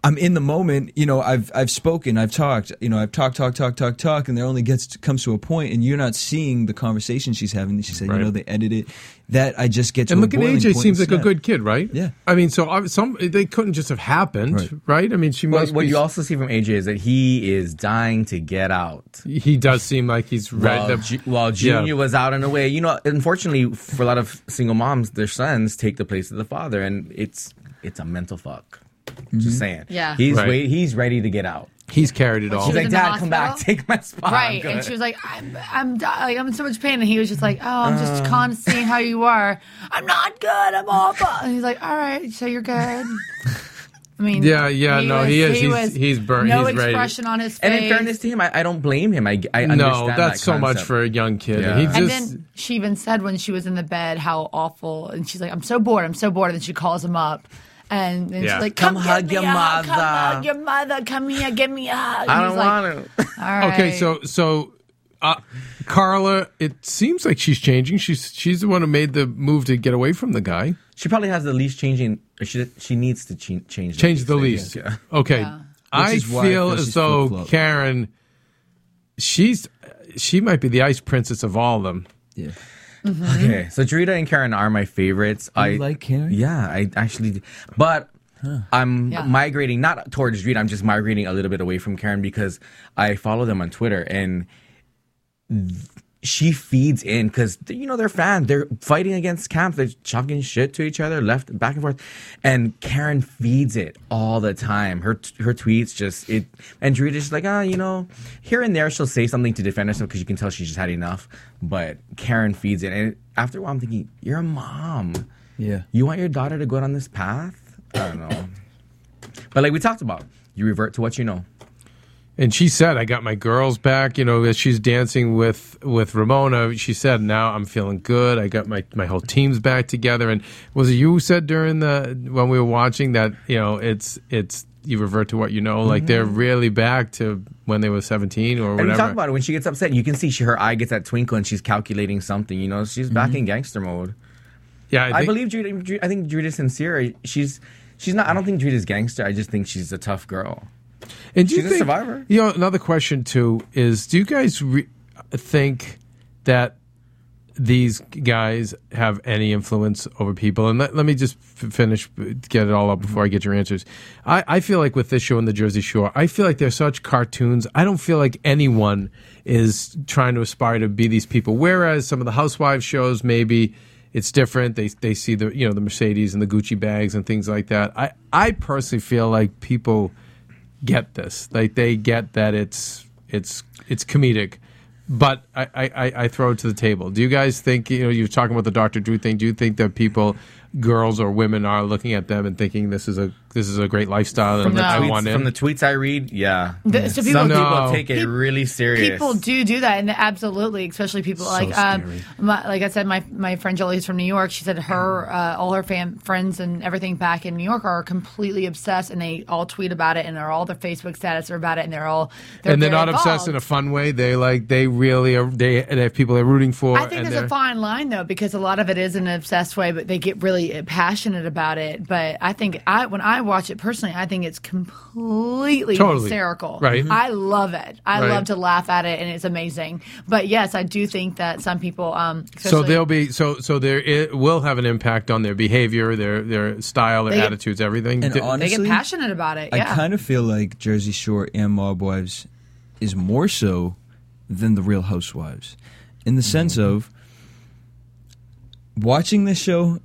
Speaker 7: "I'm in the moment. You know, I've I've spoken, I've talked. You know, I've talked, talk, talk, talk, talk, and there only gets to, comes to a point, and you're not seeing the conversation she's having. She said,
Speaker 5: Right.
Speaker 7: you know, they edit it. That I just get to.
Speaker 5: And
Speaker 7: a
Speaker 5: look at
Speaker 7: boiling
Speaker 5: AJ
Speaker 7: point
Speaker 5: seems
Speaker 7: and
Speaker 5: like a
Speaker 7: snap.
Speaker 5: good kid, right?
Speaker 7: Yeah.
Speaker 5: I mean, so uh, some they couldn't just have happened, right?
Speaker 7: Right.
Speaker 5: I mean, she
Speaker 6: What,
Speaker 5: must.
Speaker 6: what
Speaker 5: be,
Speaker 6: you also see from AJ is that he is dying to get out.
Speaker 5: he does seem like he's
Speaker 6: While,
Speaker 5: read the
Speaker 6: Ju- while
Speaker 5: Yeah.
Speaker 6: Junior was out and away, you know, unfortunately for a lot of single moms, their sons take the place of the father, and it's it's a mental fuck. Just saying,
Speaker 4: Yeah.
Speaker 6: he's
Speaker 5: Mm-hmm. Right.
Speaker 6: wait, he's ready to get out.
Speaker 5: He's carried it all.
Speaker 6: He's
Speaker 4: was
Speaker 6: like,
Speaker 4: in the
Speaker 6: Dad, come back,
Speaker 4: hospital?"
Speaker 6: take my spot. I'm
Speaker 4: Right, and
Speaker 6: good."
Speaker 4: she was like, "I'm, I'm, di- like, I'm in so much pain," and he was just like, "Oh, I'm just calling to see how you are. I'm not good. I'm awful." And he's like, "All right, so you're good." I mean,
Speaker 5: Yeah, yeah, no, he is. He's-
Speaker 4: was
Speaker 5: he's burnt.
Speaker 4: No
Speaker 5: He's ready.
Speaker 4: expression on his face.
Speaker 6: and in fairness to him, I, I don't blame him. I, I understand
Speaker 5: no,
Speaker 6: that
Speaker 5: that's so much
Speaker 6: concept.
Speaker 5: for a young kid.
Speaker 6: Yeah.
Speaker 5: He
Speaker 6: And
Speaker 4: And
Speaker 5: just
Speaker 4: then she even said when she was in the bed how awful, and she's like, "I'm so bored, I'm so bored." And then she calls him up, and then
Speaker 5: Yeah.
Speaker 4: she's like,
Speaker 6: Come
Speaker 4: "Come,
Speaker 6: hug
Speaker 4: give
Speaker 6: your
Speaker 4: me a hug. Come
Speaker 6: mother."
Speaker 4: hug your mother. Come here, give me a hug."
Speaker 6: I don't want to.
Speaker 4: to. All right.
Speaker 5: okay. So so. Uh, Carla, it seems like she's changing. She's she's the one who made the move to get away from the guy.
Speaker 6: She probably has the least changing. or She she needs to ch- change
Speaker 5: Change the
Speaker 6: I
Speaker 5: least.
Speaker 6: guess, Yeah.
Speaker 5: Okay, I
Speaker 7: is why I
Speaker 5: feel
Speaker 7: feel
Speaker 5: as
Speaker 7: she's
Speaker 5: though
Speaker 7: flip-flop.
Speaker 5: Karen, she's she might be the ice princess of all of them.
Speaker 7: Yeah.
Speaker 6: Okay, so Drita and Karen are my favorites. I
Speaker 7: Mm-hmm. Oh, You like Karen?
Speaker 6: Yeah, I actually, but I'm
Speaker 4: Yeah.
Speaker 6: migrating not towards Drita. I'm just migrating a little bit away from Karen because I follow them on Twitter and th- she feeds in because you know they're fans. They're fighting against camp. They're chucking shit to each other, left back and forth, and Karen feeds it all the time. Her t- her tweets just it and Drita's just like ah you know here and there she'll say something to defend herself because you can tell she's just had enough. But Karen feeds it, and after a while I'm thinking you're a mom.
Speaker 7: Yeah.
Speaker 6: You want your daughter to go down this path? I don't know. but like we talked about, you revert to what you know.
Speaker 5: and she said i got my girls back you know as she's dancing with with ramona she said now i'm feeling good i got my my whole team's back together and was it you who said during the when we were watching that you know it's it's you revert to what you know like they're
Speaker 6: Mm-hmm.
Speaker 5: really back to when they were 17 or
Speaker 6: And we
Speaker 5: whatever
Speaker 6: talked about it when she gets upset. You can see she, her eye gets that twinkle, and she's calculating something. You know, she's
Speaker 5: Mm-hmm.
Speaker 6: back in gangster mode.
Speaker 5: yeah
Speaker 6: I,
Speaker 5: think-
Speaker 6: believe Judy. Ju- I think Judy's sincere. She's she's not. I don't think Judy's gangster. I just think she's a tough girl.
Speaker 5: And do you
Speaker 6: She's a
Speaker 5: think,
Speaker 6: survivor.
Speaker 5: You know, another question too is: Do you guys re- think that these guys have any influence over people? And let, let me just f- finish, get it all up before I get your answers. I, I feel like with this show and the Jersey Shore, I feel like they're such cartoons. I don't feel like anyone is trying to aspire to be these people. Whereas some of the housewives shows, maybe. It's different. They they see the you know the Mercedes and the Gucci bags and things like that. I I personally feel like people get this. Like they get that it's it's it's comedic. But I, I, I- I throw it to the table. Do you guys think you know you're talking about the Dr. Drew thing? Do you think that people, girls or women, are looking at them and thinking this is a this is a great lifestyle and
Speaker 4: the
Speaker 5: I
Speaker 4: tweets-
Speaker 5: want
Speaker 6: Tweets-
Speaker 5: in?
Speaker 6: from the tweets I read, yeah,
Speaker 4: The- so people
Speaker 6: some
Speaker 4: do-
Speaker 5: No.
Speaker 6: people take it
Speaker 4: Peop-
Speaker 6: really serious.
Speaker 4: People do do that, and absolutely, especially people like um, my, like I said, my my friend Jolie is from New York. She said her uh, all her fam- friends and everything back in New York are completely obsessed, and they all tweet about it, and they're all their Facebook status are about it, and they're all they're
Speaker 5: and they're
Speaker 4: very
Speaker 5: not obsessed
Speaker 4: involved.
Speaker 5: in a fun way. They like they really are. They, they have people they're rooting for.
Speaker 4: I think
Speaker 5: and
Speaker 4: there's a
Speaker 5: they're-
Speaker 4: fine line though, because a lot of it is in an obsessed way, but they get really really passionate about it, but I think I when I watch it personally, I think it's completely
Speaker 5: Totally.
Speaker 4: hysterical. Mm-hmm.
Speaker 5: Right.
Speaker 4: I love it. I
Speaker 5: Right.
Speaker 4: love to laugh at it, and it's amazing. But yes, I do think that some people. Um,
Speaker 5: So
Speaker 4: especially-
Speaker 5: they'll be so so there it will have an impact on their behavior, their their style, their
Speaker 4: They-
Speaker 5: attitudes, everything.
Speaker 7: And
Speaker 5: D-
Speaker 4: they
Speaker 7: honestly,
Speaker 4: get passionate about it.
Speaker 7: I
Speaker 4: Yeah.
Speaker 7: kind of feel like Jersey Shore and Mob Wives is more so than the Real Housewives, in the sense of watching this show.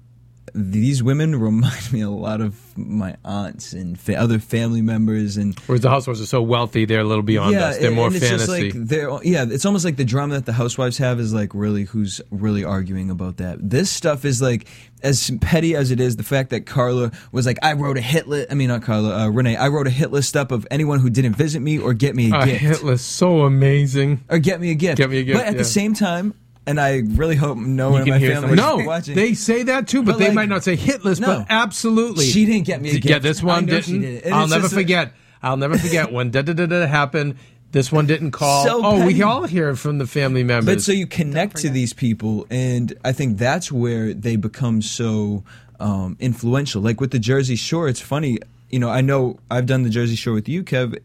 Speaker 7: These women remind me a lot of my aunts and fa- other family members, and
Speaker 5: Whereas the housewives are so wealthy, they're a little beyond us. They're
Speaker 7: and-
Speaker 5: more
Speaker 7: and it's just
Speaker 5: fantasy.
Speaker 7: like they're yeah, it's almost like the drama that the housewives have is like really who's really arguing about that. This stuff is like as petty as it is. The fact that Carla was like, I wrote a hit list. I mean, not Carla, uh, Renee. I wrote a hit list up of anyone who didn't visit me or get me a
Speaker 5: Uh,
Speaker 7: gift
Speaker 5: Hitler's so amazing.
Speaker 7: or get me a gift.
Speaker 5: Get me a gift,
Speaker 7: But at
Speaker 5: yeah.
Speaker 7: the same time, and I really hope no one in
Speaker 6: can
Speaker 7: my
Speaker 6: hear
Speaker 7: family
Speaker 6: somebody-
Speaker 5: No,
Speaker 7: is watching.
Speaker 5: they say that too, but,
Speaker 7: But,
Speaker 5: they
Speaker 7: like,
Speaker 5: might not say Hitless,
Speaker 7: no.
Speaker 5: but absolutely.
Speaker 7: She didn't get me a
Speaker 5: Did- Yeah,
Speaker 7: gift.
Speaker 5: this one
Speaker 7: I know she
Speaker 5: didn't.
Speaker 7: did it. And
Speaker 5: I'll
Speaker 7: it's
Speaker 5: never
Speaker 7: just a-
Speaker 5: forget. I'll never forget when da da da da happened. This one didn't call.
Speaker 7: So
Speaker 5: oh, we
Speaker 7: petty.
Speaker 5: all hear it from the family members.
Speaker 7: But so you connect to these people, and I think that's where they become so um, influential. Like with the Jersey Shore, it's funny. You know, I know I've done the Jersey Shore with you, Kev,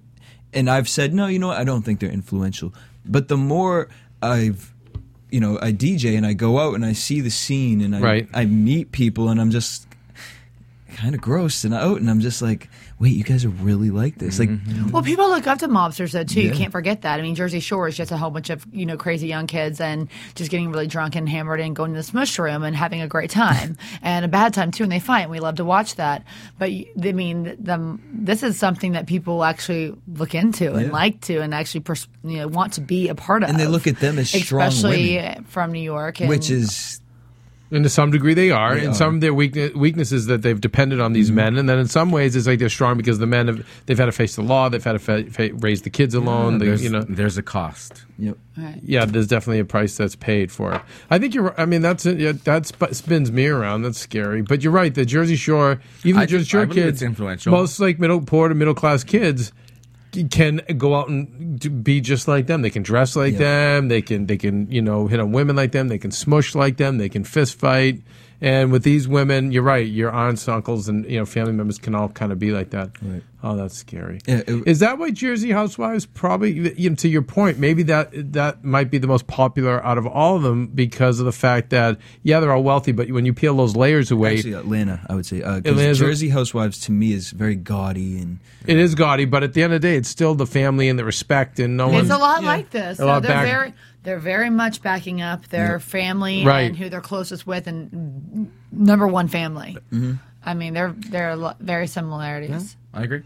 Speaker 7: and I've said, no, you know what? I don't think they're influential. But the more I've, you know, I DJ and I go out and I see the scene and I,
Speaker 5: Right.
Speaker 7: I meet people and I'm just kind of grossed and out and I'm just like, wait, you guys are really like this. Like,
Speaker 4: Well, people look up to mobsters though too. You
Speaker 7: Yeah.
Speaker 4: can't forget that. I mean, Jersey Shore is just a whole bunch of you know crazy young kids and just getting really drunk and hammered and going to the smush room and having a great time and a bad time too. And they fight. And we love to watch that. But y- I mean, th- the, this is something that people actually look into and
Speaker 7: Yeah.
Speaker 4: like to and actually pers- you know want to be a part of.
Speaker 7: And they look at them as strong
Speaker 4: especially
Speaker 7: women.
Speaker 4: from New York, and
Speaker 7: which is
Speaker 5: and to some degree, they are.
Speaker 7: They
Speaker 5: and some
Speaker 7: are. Mm-hmm.
Speaker 5: of their weakne- weaknesses that they've depended on these men. And then in some ways, it's like they're strong because the men have they've had to face the law, they've had to fa- fa- raise the kids alone. the,
Speaker 6: there's,
Speaker 5: you know,
Speaker 6: there's a cost.
Speaker 7: yep.
Speaker 5: yeah, there's definitely a price that's paid for it. I think you're. I mean, that's yeah, that sp- spins me around. That's scary. But you're right. The Jersey Shore, even
Speaker 6: I-
Speaker 5: the Jersey
Speaker 6: I
Speaker 5: Shore
Speaker 6: believe
Speaker 5: kids,
Speaker 6: it's influential.
Speaker 5: Most like middle poor to middle class kids c- can go out and d- be just like them. They can dress like
Speaker 7: Yeah.
Speaker 5: them. They can they can you know hit on women like them. They can smush like them. They can fist fight. And with these women, you're right. Your aunts, uncles, and you know family members can all kind of be like that.
Speaker 7: Right.
Speaker 5: Oh, that's scary.
Speaker 7: Yeah,
Speaker 5: Is
Speaker 7: it-
Speaker 5: that why Jersey Housewives probably, you know, to your point, maybe that that might be the most popular out of all of them because of the fact that yeah, they're all wealthy, but when you peel those layers away,
Speaker 7: Actually, Atlanta, I would say. Uh, 'cause
Speaker 5: Atlanta's-
Speaker 7: Jersey Housewives to me is very gaudy and
Speaker 5: it is gaudy. But at the end of the day, it's still the family and the respect, and no
Speaker 4: It's
Speaker 5: one.
Speaker 4: a lot like this.
Speaker 5: A
Speaker 4: No,
Speaker 5: lot
Speaker 4: they're
Speaker 5: back-
Speaker 4: very they're very much backing up their family
Speaker 5: Right.
Speaker 4: and who they're closest with and number one family.
Speaker 5: Mm-hmm.
Speaker 4: I mean, they're they're a lo- very similarities.
Speaker 6: I agree.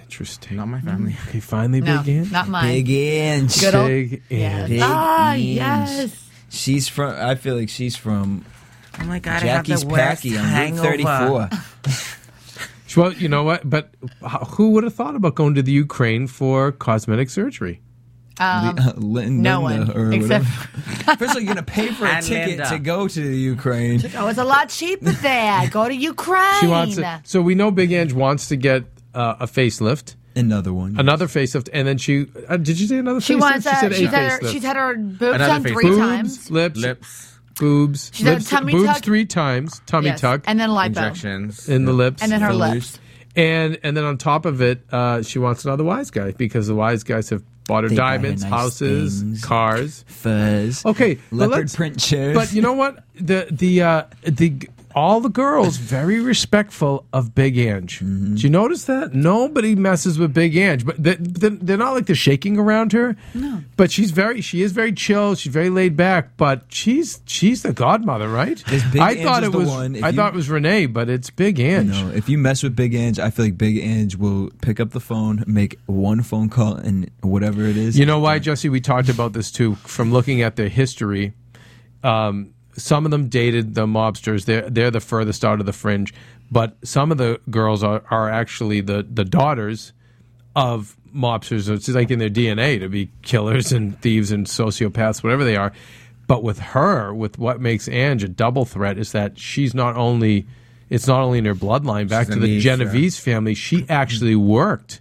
Speaker 5: Interesting.
Speaker 6: Not my family.
Speaker 5: Okay, finally
Speaker 4: No,
Speaker 5: big in.
Speaker 4: not mine.
Speaker 7: ends.
Speaker 4: Good old-
Speaker 5: Big in.
Speaker 4: Yeah.
Speaker 7: Big
Speaker 4: ah,
Speaker 7: ends.
Speaker 4: yes.
Speaker 7: She's from. I feel like she's from
Speaker 9: Oh my god,
Speaker 7: Jackie's
Speaker 9: I have the
Speaker 7: Packy
Speaker 9: worst
Speaker 7: on Route
Speaker 9: hangover.
Speaker 7: 34.
Speaker 5: Well, you know what? But h- who would have thought about going to the Ukraine for cosmetic surgery?
Speaker 7: The- uh, Lin-
Speaker 4: No
Speaker 7: Linda
Speaker 4: one
Speaker 7: or
Speaker 4: except.
Speaker 7: whatever. First of all, you're gonna pay for a
Speaker 9: And
Speaker 7: ticket
Speaker 9: Linda.
Speaker 7: to go to the Ukraine.
Speaker 4: Oh, it's a lot cheaper there. Go to Ukraine.
Speaker 5: She wants it. So we know Big Ange wants to get uh, a facelift.
Speaker 7: Another one.
Speaker 5: another facelift, and then she uh, did you say another?
Speaker 4: She
Speaker 5: facelift?
Speaker 4: wants.
Speaker 5: She
Speaker 4: Uh,
Speaker 5: said
Speaker 4: she's,
Speaker 5: a
Speaker 4: had her,
Speaker 5: facelift.
Speaker 4: she's had her boobs
Speaker 6: Another
Speaker 4: on
Speaker 6: face
Speaker 4: three
Speaker 5: boobs,
Speaker 4: times.
Speaker 5: lips,
Speaker 6: Lips,
Speaker 5: boobs,
Speaker 4: She's had a
Speaker 5: lips-
Speaker 4: tummy
Speaker 5: boobs
Speaker 4: tuck.
Speaker 5: three times, tummy
Speaker 4: Yes.
Speaker 5: tuck,
Speaker 4: And then lipo.
Speaker 6: injections.
Speaker 5: in the lips,
Speaker 4: And then her
Speaker 5: fillers.
Speaker 4: lips.
Speaker 5: and and then on top of it, uh, she wants another wise guy because the wise guys have bought her
Speaker 7: They buy her
Speaker 5: diamonds,
Speaker 7: nice
Speaker 5: houses,
Speaker 7: things.
Speaker 5: cars.
Speaker 7: Fuzz.
Speaker 5: Okay, but
Speaker 7: Leopard
Speaker 5: let's-
Speaker 7: print chairs.
Speaker 5: But you know what? The the uh, the all the girls very respectful of Big Ange.
Speaker 7: Mm-hmm.
Speaker 5: Did you notice that? Nobody messes with Big Ange, but they, they- they're not like they're shaking around her. No. But she's very she is very chill. She's very laid back. But she's she's the godmother, right?
Speaker 7: This Big
Speaker 5: I
Speaker 7: Ange
Speaker 5: thought
Speaker 7: is
Speaker 5: it
Speaker 7: the
Speaker 5: was
Speaker 7: one. If
Speaker 5: I
Speaker 7: you-
Speaker 5: thought it was Renee, but it's Big Ange.
Speaker 7: No, if you mess with Big Ange, I feel like Big Ange will pick up the phone, make one phone call, and whatever it is.
Speaker 5: You know why, Jesse? We talked about this too. From looking at their history, um, some of them dated the mobsters. They're they're the furthest out of the fringe, but some of the girls are, are actually the the daughters of mobsters. It's like in their DNA to be killers and thieves and sociopaths, whatever they are. But with her, with what makes Ange a double threat is that she's not only it's not only in her bloodline back
Speaker 6: She's
Speaker 5: to
Speaker 6: a
Speaker 5: the
Speaker 6: niece, yeah.
Speaker 5: Genovese family. She actually worked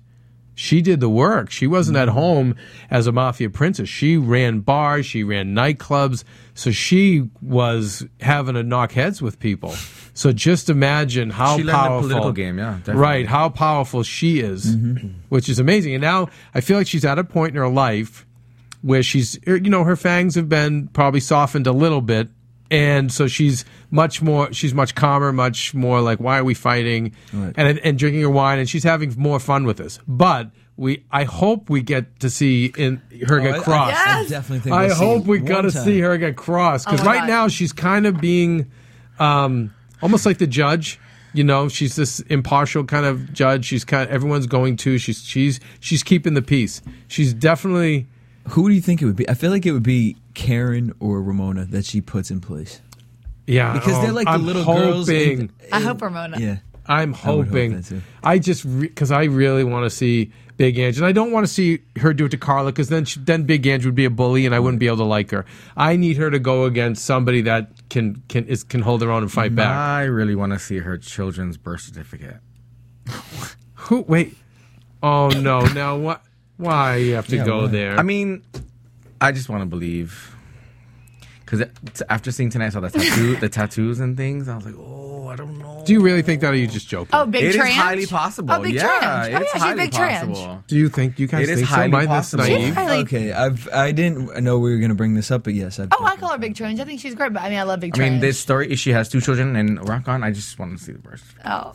Speaker 5: She did the work. She wasn't
Speaker 6: Mm-hmm.
Speaker 5: at home as a mafia princess. She ran bars, she ran nightclubs. So she was having to knock heads with people. So just imagine how
Speaker 6: She learned the
Speaker 5: powerful
Speaker 6: political game, yeah, definitely. Mm-hmm.
Speaker 5: right. How powerful she is, which is amazing. And now I feel like she's at a point in her life where she's er, you know her fangs have been probably softened a little bit and so she's much more she's much calmer much more like why are we fighting
Speaker 7: Right.
Speaker 5: and and drinking her wine and she's having more fun with this but we i hope we get to see in her
Speaker 7: I-
Speaker 5: get
Speaker 7: Oh, I-
Speaker 5: crossed
Speaker 7: I,
Speaker 4: Yes!
Speaker 7: definitely think.
Speaker 5: I
Speaker 7: we'll see
Speaker 5: hope we
Speaker 7: one
Speaker 5: got to
Speaker 7: time.
Speaker 5: see her get crossed because
Speaker 4: Oh my
Speaker 5: right
Speaker 4: God.
Speaker 5: now she's kind of being um, almost like the judge. You know, she's this impartial kind of judge. She's kind of everyone's going to. She's she's she's keeping the peace. She's definitely
Speaker 7: Who do you think it would be? I feel like it would be Karen or Ramona that she puts in place.
Speaker 5: yeah oh,
Speaker 7: Because they're like the
Speaker 5: I'm
Speaker 7: little
Speaker 5: hoping,
Speaker 7: girls in-
Speaker 4: I hope Ramona.
Speaker 7: Yeah.
Speaker 5: I'm
Speaker 7: I would hope
Speaker 5: hoping. I,
Speaker 7: that too.
Speaker 5: just because I really want to see Big Ange, and I don't want to see her do it to Carla because then she, then Big Ange would be a bully, and I wouldn't be able to like her. I need her to go against somebody that can can is can hold their own and fight back.
Speaker 6: I really want to see her children's birth certificate.
Speaker 5: Who? Wait. Oh no! Now what? Why you have to go
Speaker 7: why?
Speaker 5: there?
Speaker 6: I mean, I just want to believe. Because after seeing tonight, I saw the tattoo, the tattoos and things. I was like, oh, I don't know.
Speaker 5: do you really think that? Or are you just joking?
Speaker 4: Oh, big
Speaker 6: It is
Speaker 4: tranche.
Speaker 6: highly possible.
Speaker 4: Oh, big
Speaker 6: yeah,
Speaker 4: tranche. Oh,
Speaker 6: it's
Speaker 4: yeah, she's
Speaker 6: highly
Speaker 4: big
Speaker 6: possible.
Speaker 4: tranche.
Speaker 5: do you think you guys
Speaker 6: It is
Speaker 5: think so?
Speaker 6: highly
Speaker 5: Am I this
Speaker 6: possible.
Speaker 4: She's
Speaker 5: naive?
Speaker 4: highly.
Speaker 7: Okay, I've I didn't know we were gonna bring this up, but yes, I've
Speaker 4: Oh, I call her Big Tranche. I think she's great, but I mean, I love Big
Speaker 6: I mean,
Speaker 4: Tranche.
Speaker 6: this story, if she has two children and rock on, I just want to see the birth certificate.
Speaker 4: Oh,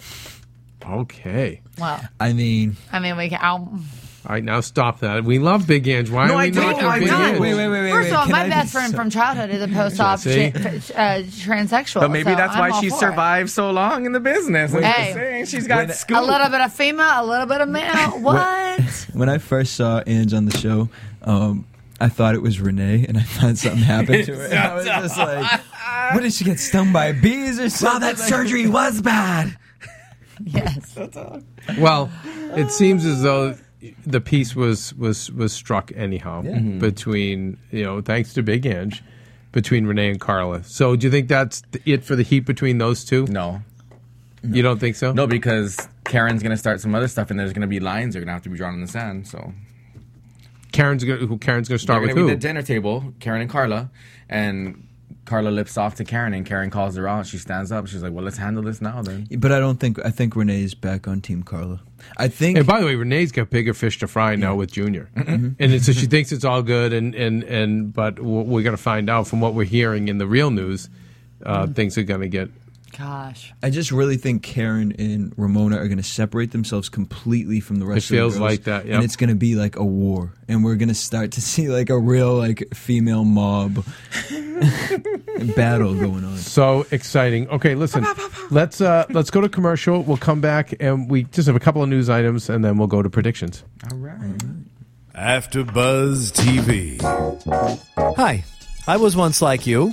Speaker 5: Okay.
Speaker 4: well.
Speaker 7: I mean,
Speaker 4: I mean, we can. Ow.
Speaker 5: All right, now stop that. We love Big Ange. Why
Speaker 6: No,
Speaker 5: are we
Speaker 6: I don't.
Speaker 5: knocking
Speaker 6: I
Speaker 5: Big
Speaker 6: don't.
Speaker 5: Ange?
Speaker 7: wait, wait, wait, wait.
Speaker 4: First
Speaker 7: wait,
Speaker 4: of all,
Speaker 7: can
Speaker 4: my
Speaker 7: I
Speaker 4: best
Speaker 7: be
Speaker 4: friend
Speaker 7: so-
Speaker 4: from childhood is a post-op
Speaker 5: See?
Speaker 4: tra- uh, transsexual.
Speaker 6: But maybe
Speaker 4: so
Speaker 6: that's
Speaker 4: I'm
Speaker 6: why
Speaker 4: all
Speaker 6: she
Speaker 4: for it.
Speaker 6: survived so long in the business. I'm
Speaker 4: Hey.
Speaker 6: just saying, she's got
Speaker 7: When-
Speaker 5: Oh.
Speaker 6: scoop.
Speaker 4: A little bit of female, a little bit of male. What?
Speaker 7: When I first saw Ange on the show, um, I thought it was Renee, and I thought something happened to her. And I was just like, "What did she get stung by bees or something?"
Speaker 6: Wow, that surgery was bad.
Speaker 4: yes.
Speaker 5: Well, it seems as though the peace was was was struck anyhow
Speaker 7: Yeah.
Speaker 4: Mm-hmm.
Speaker 7: Mhm.
Speaker 5: between you know thanks to Big Ange between Renee and Carla. So do you think that's it for the heat between those two?
Speaker 6: No,
Speaker 5: You don't think so?
Speaker 6: no, because Karen's gonna start some other stuff, and there's gonna be lines that are gonna have to be drawn in the sand. So
Speaker 5: Karen's gonna who Karen's gonna
Speaker 6: they're
Speaker 5: start
Speaker 6: gonna
Speaker 5: with
Speaker 6: be
Speaker 5: who?
Speaker 6: at the dinner table, Karen and Carla, and Carla lips off to Karen, and Karen calls her out. She stands up. She's like, "Well, let's handle this now, then."
Speaker 7: But I don't think I think Renee is back on Team Carla. I think
Speaker 5: And by the way, Renee's got bigger fish to fry now with Junior,
Speaker 6: Mm-hmm.
Speaker 5: and it- so she thinks it's all good. And and and but w- we're going to find out from what we're hearing in the real news, uh,
Speaker 6: Mm-hmm.
Speaker 5: things are going to get.
Speaker 4: Gosh.
Speaker 7: I just really think Karen and Ramona are going to separate themselves completely from the rest.
Speaker 5: feels
Speaker 7: of the girls,
Speaker 5: like that, yep.
Speaker 7: and it's going to be like a war, and we're going to start to see like a real like female mob battle going on.
Speaker 5: So exciting! Okay, listen, let's uh, let's go to commercial. We'll come back and we just have a couple of news items, and then we'll go to predictions.
Speaker 6: All right.
Speaker 1: After Buzz TV.
Speaker 9: Hi, I was once like you,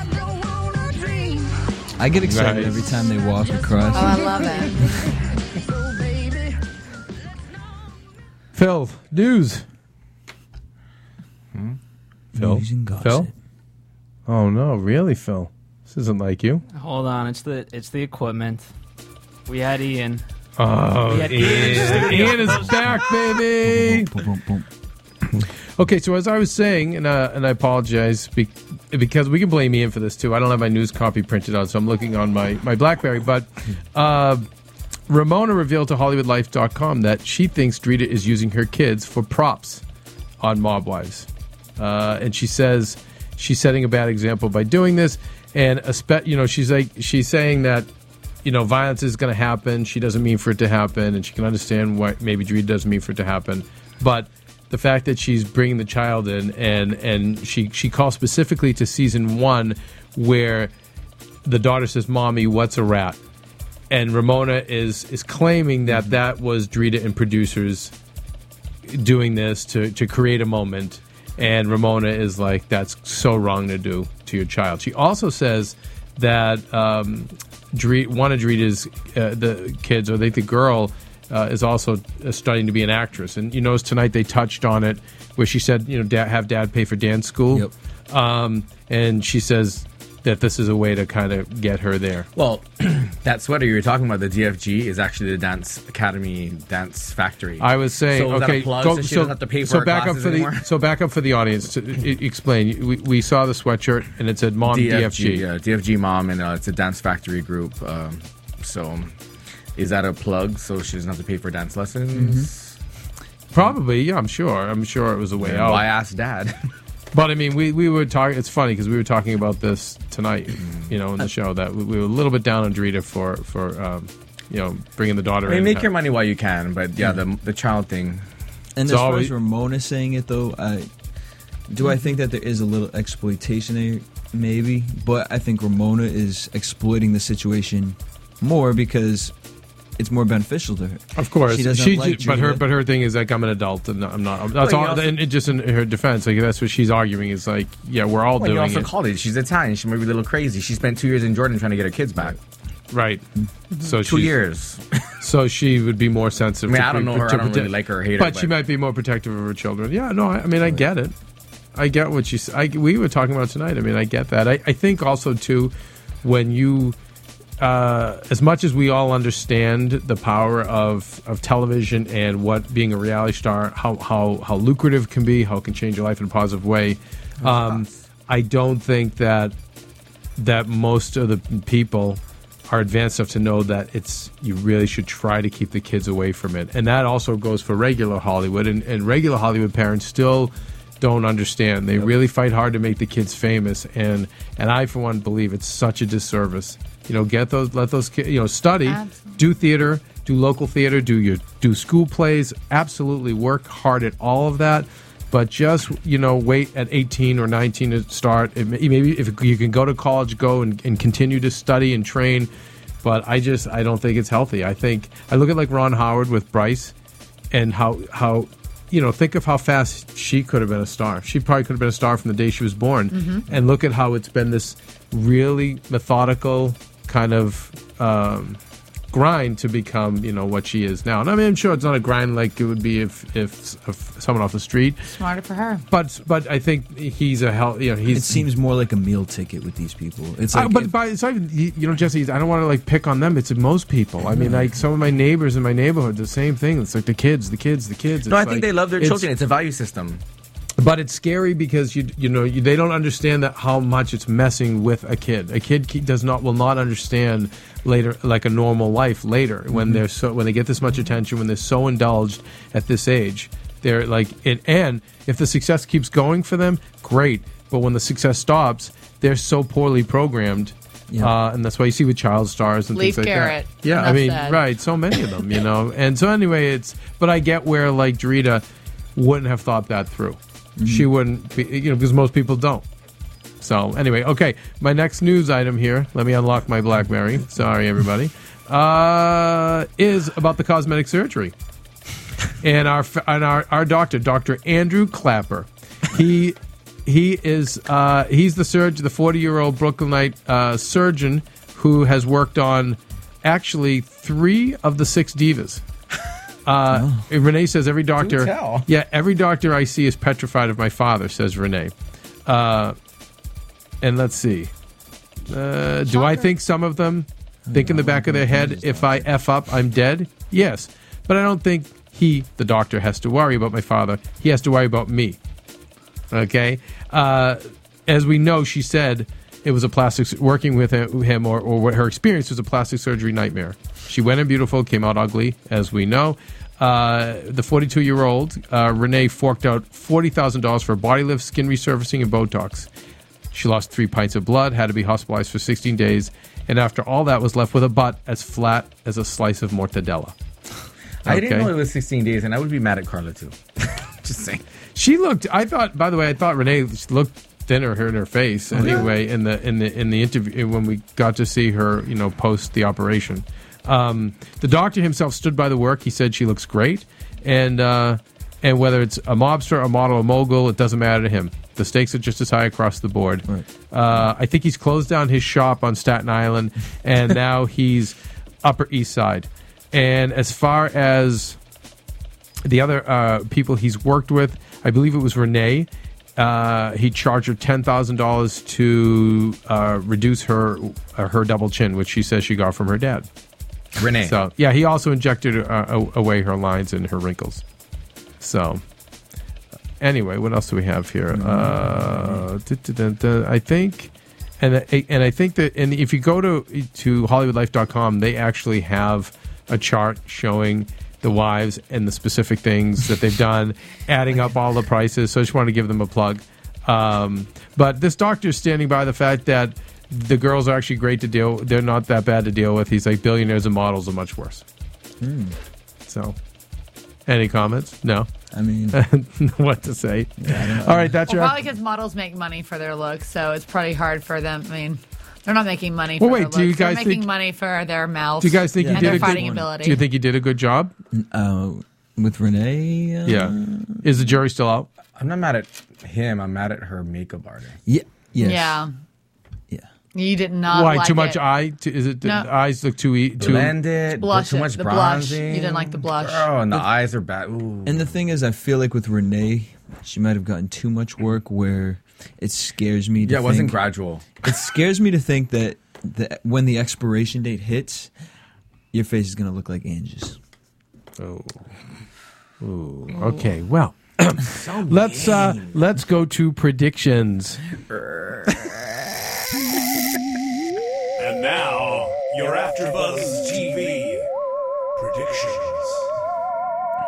Speaker 7: I get
Speaker 5: Nice.
Speaker 7: excited every time they walk across.
Speaker 4: Oh, I love it.
Speaker 5: Phil, news. Phil,
Speaker 7: News and gossip.
Speaker 5: Phil. Oh no, really, Phil? This isn't like you.
Speaker 8: Hold on, it's the it's the equipment. We had Ian.
Speaker 5: Oh,
Speaker 8: Yeah, Ian.
Speaker 5: Ian is back, baby.
Speaker 7: Boom, boom, boom.
Speaker 5: Okay, so as I was saying, and, uh, and I apologize be- because we can blame Ian for this too. I don't have my news copy printed out, so I'm looking on my, my Blackberry. But uh, Ramona revealed to HollywoodLife.com that she thinks Drita is using her kids for props on Mob Wives. Uh, and she says she's setting a bad example by doing this. And, a spe- you know, she's like, she's saying that you know, violence is going to happen. She doesn't mean for it to happen, and she can understand why maybe Dreed doesn't mean for it to happen. But the fact that she's bringing the child in, and and she she calls specifically to season one, where the daughter says, "Mommy, what's a rat?" and Ramona is is claiming that that was Drita and producers doing this to to create a moment. And Ramona is like, "That's so wrong to do to your child." She also says that um, Dre- one of Drita's uh, the kids, or I think the girl, uh, is also uh, studying to be an actress. And you notice tonight they touched on it, where she said, "You know, dad, have dad pay for dance school,"
Speaker 7: Yep.
Speaker 5: um, and she says that this is a way to kind of get her there.
Speaker 6: Well, that sweater you were talking about, the DFG, is actually the Dance Academy Dance Factory.
Speaker 5: I was saying,
Speaker 6: so is that a
Speaker 5: okay,
Speaker 6: plug
Speaker 5: go-
Speaker 6: so she
Speaker 5: so,
Speaker 6: doesn't have to pay for
Speaker 5: so
Speaker 6: her
Speaker 5: back up
Speaker 6: classes
Speaker 5: for
Speaker 6: anymore?
Speaker 5: the so back up for the audience. To, e- explain. We, we saw the sweatshirt and it said "Mom DFG."
Speaker 6: DFG, yeah, DFG mom, and uh, it's a Dance Factory group. Um, so, is that a plug so she doesn't have to pay for dance lessons?
Speaker 5: Mm-hmm. Probably, yeah, I'm sure. I'm sure it was a way
Speaker 6: And
Speaker 5: out.
Speaker 6: Why ask dad?
Speaker 5: But I mean, we, we were talking. It's funny because we were talking about this tonight, you know, in
Speaker 6: Mm.
Speaker 5: the show that we, we were a little bit down on Drita for for um, you know bringing the daughter
Speaker 6: I mean,
Speaker 5: in.
Speaker 6: make your money while you can, but yeah,
Speaker 5: Mm-hmm.
Speaker 6: the, the child thing.
Speaker 7: And
Speaker 5: It's
Speaker 7: as far
Speaker 5: always-
Speaker 7: as Ramona saying it, though, I do I think that there is a little exploitation there, maybe, but I think Ramona is exploiting the situation more because it's more beneficial to her.
Speaker 5: Uh, Of course,
Speaker 7: she doesn't
Speaker 5: She
Speaker 7: like
Speaker 5: ju- but her
Speaker 7: Drita.
Speaker 5: but her thing is like I'm an adult and I'm not. That's
Speaker 6: you
Speaker 5: all.
Speaker 6: also-
Speaker 5: and it just in her defense, like that's what she's arguing is like, yeah, we're all
Speaker 6: Well, you
Speaker 5: doing
Speaker 6: also
Speaker 5: it,
Speaker 6: called it. She's Italian. She might be a little crazy. She spent two years in Jordan trying to get her kids back.
Speaker 5: right? So
Speaker 6: Mm-hmm. Two
Speaker 5: she's-
Speaker 6: years.
Speaker 5: So she would be more sensitive.
Speaker 6: I mean,
Speaker 5: to
Speaker 6: I don't know her. I
Speaker 5: to
Speaker 6: don't really
Speaker 5: protect-
Speaker 6: like her or hate her,
Speaker 5: but, she
Speaker 6: but-
Speaker 5: might be more protective of her children. Yeah, no, I, I mean, I get it. I get what you. s- I, we were talking about tonight. I mean, I get that. I, I think also too, when you, uh, as much as we all understand the power of of television and what being a reality star, how how how lucrative it can be, how it can change your life in a positive way. Um, I don't think that that most of the people are advanced enough to know that it's you really should try to keep the kids away from it and that also goes for regular hollywood and, and regular hollywood parents still don't understand they really fight hard to make the kids famous and and i for one believe it's such a disservice you know get those let those kids you know study
Speaker 4: Absolutely.
Speaker 5: do theater do local theater do your do school plays absolutely work hard at all of that but just you know wait at 18 or 19 to start it, may- maybe if you can go to college go and, and continue to study and train but i just i don't think it's healthy i think i look at like ron howard with bryce and how how you know think of how fast she could have been a star she probably could have been a star from the day she was born and look at how it's been this really methodical kind of um, grind to become you know what she is now and i mean i'm sure it's not a grind like it would be if if, if someone off the street
Speaker 4: Smarter for her.
Speaker 5: but but i think he's a hell you know he's
Speaker 7: It seems more like a meal ticket with these people. It's
Speaker 5: I-
Speaker 7: like
Speaker 5: Uh, but
Speaker 7: if-
Speaker 5: by, it's not even, you you know, Jesse, I don't want to like pick on them. It's most people. I mean, like some of my neighbors in my neighborhood, the same thing. It's like the kids, the kids, the kids.
Speaker 6: No, I
Speaker 5: It's
Speaker 6: think
Speaker 5: like-
Speaker 6: they love their
Speaker 5: it's-
Speaker 6: children. It's a value system.
Speaker 5: but it's scary because you you know you, they don't understand that how much it's messing with a kid. A kid ke- does not will not understand later like a normal life later when they're so when they get this much attention when they're so indulged at this age. They're like it, and if the success keeps going for them, great. But when the success stops, they're so poorly programmed.
Speaker 7: Yeah.
Speaker 5: Uh, and that's why you see with child stars and
Speaker 4: Leif
Speaker 5: things like
Speaker 4: Garrett.
Speaker 5: that. Yeah, I
Speaker 4: Enough
Speaker 5: mean,
Speaker 4: said.
Speaker 5: right? So many of them, you know. And so anyway, it's but I get where like Drita wouldn't have thought that through. She wouldn't, be, you know, because most people don't. So anyway, okay. My next news item here. Let me unlock my BlackBerry. Sorry, everybody. Uh, is about the cosmetic surgery and our and our, our doctor, Doctor Andrew Clapper, he he is uh, he's the surgeon, the forty year old Brooklynite uh, surgeon who has worked on actually three of the six divas. Uh, Renee says every doctor,
Speaker 6: tell.
Speaker 5: yeah, every doctor I see is petrified of my father. Says Renee, uh, and let's see, uh, do I think some of them think in the back of their head, if I f up, I'm dead? Yes, but I don't think He, the doctor, has to worry about my father. He has to worry about me. Okay. Uh, as we know, she said it was a plastic working with him or, or what her experience was a plastic surgery nightmare. She went in beautiful, came out ugly, as we know. Uh, the 42 year old uh, Renee forked out $40,000 for body lift, skin resurfacing, and Botox. She lost three pints of blood, had to be hospitalized for 16 days, and after all that, was left with a butt as flat as a slice of mortadella.
Speaker 6: I didn't
Speaker 5: Okay.
Speaker 6: know it was 16 days, and I would be mad at Carla too. Just saying.
Speaker 5: She looked. I thought. By the way, I thought Renee looked thinner her in her face. Anyway, in the in the in the interview eh, when we got to see her, you know, post the operation, um, the doctor himself stood by the work. He said she looks great, and uh, and whether it's a mobster, a model, a mogul, it doesn't matter to him. The stakes are just as high across the board. Uh, I think he's closed down his shop on Staten Island, and now he's Upper East Side. And as far as the other uh, people he's worked with, I believe it was Renee. Uh, he charged her ten thousand dollars to uh, reduce her uh, her double chin, which she says she got from her dad.
Speaker 6: Renee.
Speaker 5: So yeah, he also injected uh, a- away her lines and her wrinkles. So anyway, what else do we have here? Uh, duh, duh, duh, duh, I think, and I- and I think that, and if you go to to HollywoodLife.com, they actually have a chart showing the wives and the specific things that they've done, adding up all the prices. So I just want to give them a plug. Um, but this doctor's standing by the fact that the girls are actually great to deal. They're not that bad to deal with. He's like billionaires and models are much worse. So, any comments? No
Speaker 7: I mean,
Speaker 5: what to say. All right, that's
Speaker 4: Well,
Speaker 5: your.
Speaker 4: probably because models make money for their looks, so it's probably hard for them. I mean, they're not making money.
Speaker 5: Well,
Speaker 4: for
Speaker 5: wait,
Speaker 4: their
Speaker 5: do you
Speaker 4: looks. They're
Speaker 5: guys
Speaker 4: making
Speaker 5: think-
Speaker 4: money for their mouths?
Speaker 5: do you guys think
Speaker 7: Yeah.
Speaker 5: you
Speaker 4: and
Speaker 5: did
Speaker 4: their
Speaker 5: a
Speaker 4: fighting
Speaker 5: good?
Speaker 4: ability?
Speaker 5: Do you think you did a good job?
Speaker 7: uh, with Renee. Uh,
Speaker 5: Yeah. Is the jury still out?
Speaker 6: I'm not mad at him. I'm mad at her makeup artist.
Speaker 7: Yeah. Yes.
Speaker 4: Yeah,
Speaker 7: Yeah.
Speaker 4: you Oh, did not.
Speaker 5: Why
Speaker 4: like
Speaker 5: too much
Speaker 4: it.
Speaker 5: eye? Too, is it the
Speaker 4: No.
Speaker 5: eyes look too e- too?
Speaker 6: Blended.
Speaker 4: Blush
Speaker 6: Too
Speaker 4: it,
Speaker 6: much
Speaker 4: the blush.
Speaker 6: bronzing.
Speaker 4: You didn't like the blush.
Speaker 6: Girl, and the eyes are bad. Ooh.
Speaker 7: And the thing is, I feel like with Renee, she might have gotten too much work where it scares me. To
Speaker 6: yeah, it wasn't
Speaker 7: think-
Speaker 6: gradual.
Speaker 7: It scares me to think that the, when the expiration date hits, your face is gonna look like Angie's.
Speaker 5: Oh. Ooh. Okay. Well. let's uh let's go to predictions.
Speaker 1: And now, your AfterBuzz TV predictions.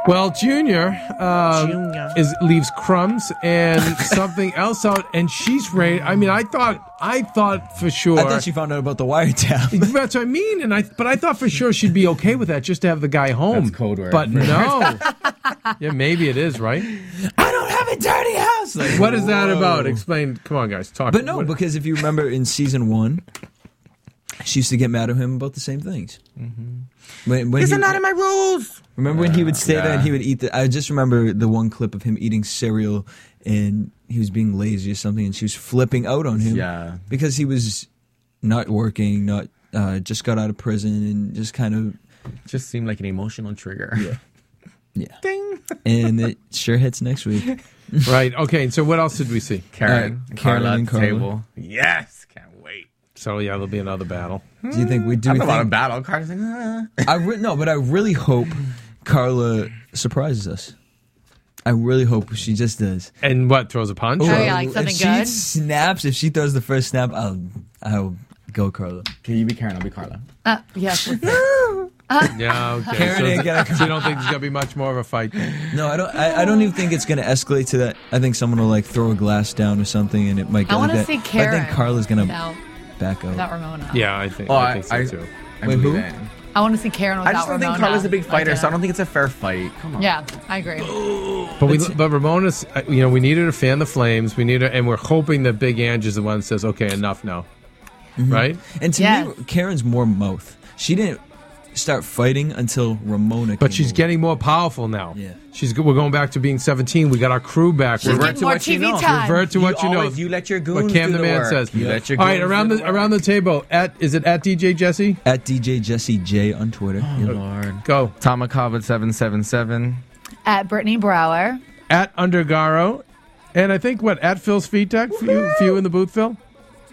Speaker 5: Well, Junior, um, is leaves crumbs and something else out, and she's ready. I mean, I thought I thought for sure.
Speaker 7: I thought she found out about the wiretap.
Speaker 5: That's what I mean, and I. But I thought for sure she'd be okay with that, just to have the guy home.
Speaker 6: That's code word.
Speaker 5: But no. yeah, maybe it is right.
Speaker 7: I don't have a dirty house. Like,
Speaker 5: What is that
Speaker 7: whoa.
Speaker 5: about? Explain. Come on, guys, talk.
Speaker 7: But no,
Speaker 5: what-
Speaker 7: because if you remember in season one, she used to get mad at him about the same things. When, when
Speaker 6: Mm-hmm. These
Speaker 7: he-
Speaker 6: are not in my rules.
Speaker 7: Remember when he would stay there
Speaker 6: yeah.
Speaker 7: and he would eat the. I just remember the one clip of him eating cereal and he was being lazy or something and she was flipping out on him.
Speaker 6: Yeah.
Speaker 7: Because he was not working, not uh, just got out of prison and just kind of.
Speaker 6: Just seemed like an emotional trigger.
Speaker 7: Yeah. And it sure hits next week.
Speaker 5: right. Okay. So what else did we see?
Speaker 6: Karen,
Speaker 7: Uh, Karen
Speaker 6: Carla, at
Speaker 7: and
Speaker 6: the
Speaker 7: Carla.
Speaker 6: table. Yes, can't wait.
Speaker 5: So yeah, there'll be another battle.
Speaker 7: Do you think we do?
Speaker 6: I'm
Speaker 7: we
Speaker 6: a lot of
Speaker 7: think,
Speaker 6: battle. Carla's like, ah.
Speaker 7: I re- no, but I really hope Carla surprises us. I really hope she just does.
Speaker 5: And what throws a punch?
Speaker 4: Oh, yeah, like
Speaker 7: if
Speaker 4: something
Speaker 7: she
Speaker 4: good?
Speaker 7: snaps, if she throws the first snap, I'll, I'll go Carla.
Speaker 6: Can you be Karen? I'll be Carla.
Speaker 4: Uh, yes.
Speaker 5: Yeah. Okay.
Speaker 7: Karen
Speaker 5: so,
Speaker 7: ain't gonna
Speaker 5: so you don't think there's gonna be much more of a fight?
Speaker 7: No, I don't. I, I don't even think it's going to escalate to that. I think someone will like throw a glass down or something, and it might. Get
Speaker 4: I
Speaker 7: like
Speaker 4: want to
Speaker 7: that.
Speaker 4: see
Speaker 7: But
Speaker 4: Karen.
Speaker 7: I think Carla's going to
Speaker 4: without,
Speaker 7: back
Speaker 4: without
Speaker 7: up.
Speaker 4: Ramona.
Speaker 5: Yeah, I think.
Speaker 6: Oh,
Speaker 5: I
Speaker 6: I,
Speaker 5: think so
Speaker 6: I, I,
Speaker 5: too.
Speaker 7: Wait,
Speaker 6: believe
Speaker 7: who?
Speaker 6: that.
Speaker 4: I want to see Karen without
Speaker 6: I just don't
Speaker 4: Ramona.
Speaker 6: think Carla's a big
Speaker 4: Like
Speaker 6: fighter, so I
Speaker 4: that.
Speaker 6: don't think it's a fair fight. Come on.
Speaker 4: Yeah, I agree.
Speaker 5: But we, but Ramona's, uh, you know, we needed to fan the flames. We need her, and we're hoping that Big Ange is the one that says, "Okay, enough now," right?
Speaker 7: And to
Speaker 4: Yes.
Speaker 7: me, Karen's more mouth. She didn't start fighting until Ramona.
Speaker 5: But
Speaker 7: came
Speaker 5: she's
Speaker 7: over.
Speaker 5: getting more powerful now.
Speaker 7: Yeah.
Speaker 5: she's we're going back to being seventeen. We got our crew back. We're
Speaker 4: getting more TV time.
Speaker 5: revert to what you, know.
Speaker 6: always- you let your
Speaker 5: what
Speaker 6: goons
Speaker 5: Cam
Speaker 6: do
Speaker 5: the man
Speaker 6: work.
Speaker 5: says.
Speaker 6: You let your
Speaker 5: All right,
Speaker 6: goons
Speaker 5: around
Speaker 6: do
Speaker 5: the around the table. At is it at DJ Jesse?
Speaker 7: at DJ Jesse J on Twitter.
Speaker 10: Oh,
Speaker 7: Yep.
Speaker 6: Lord.
Speaker 5: Go
Speaker 6: Tomakava seven seven seven.
Speaker 4: At Brittany Brower.
Speaker 5: at Undergaro, and I think what at Phil's feet tech for you, for you in the booth, Phil.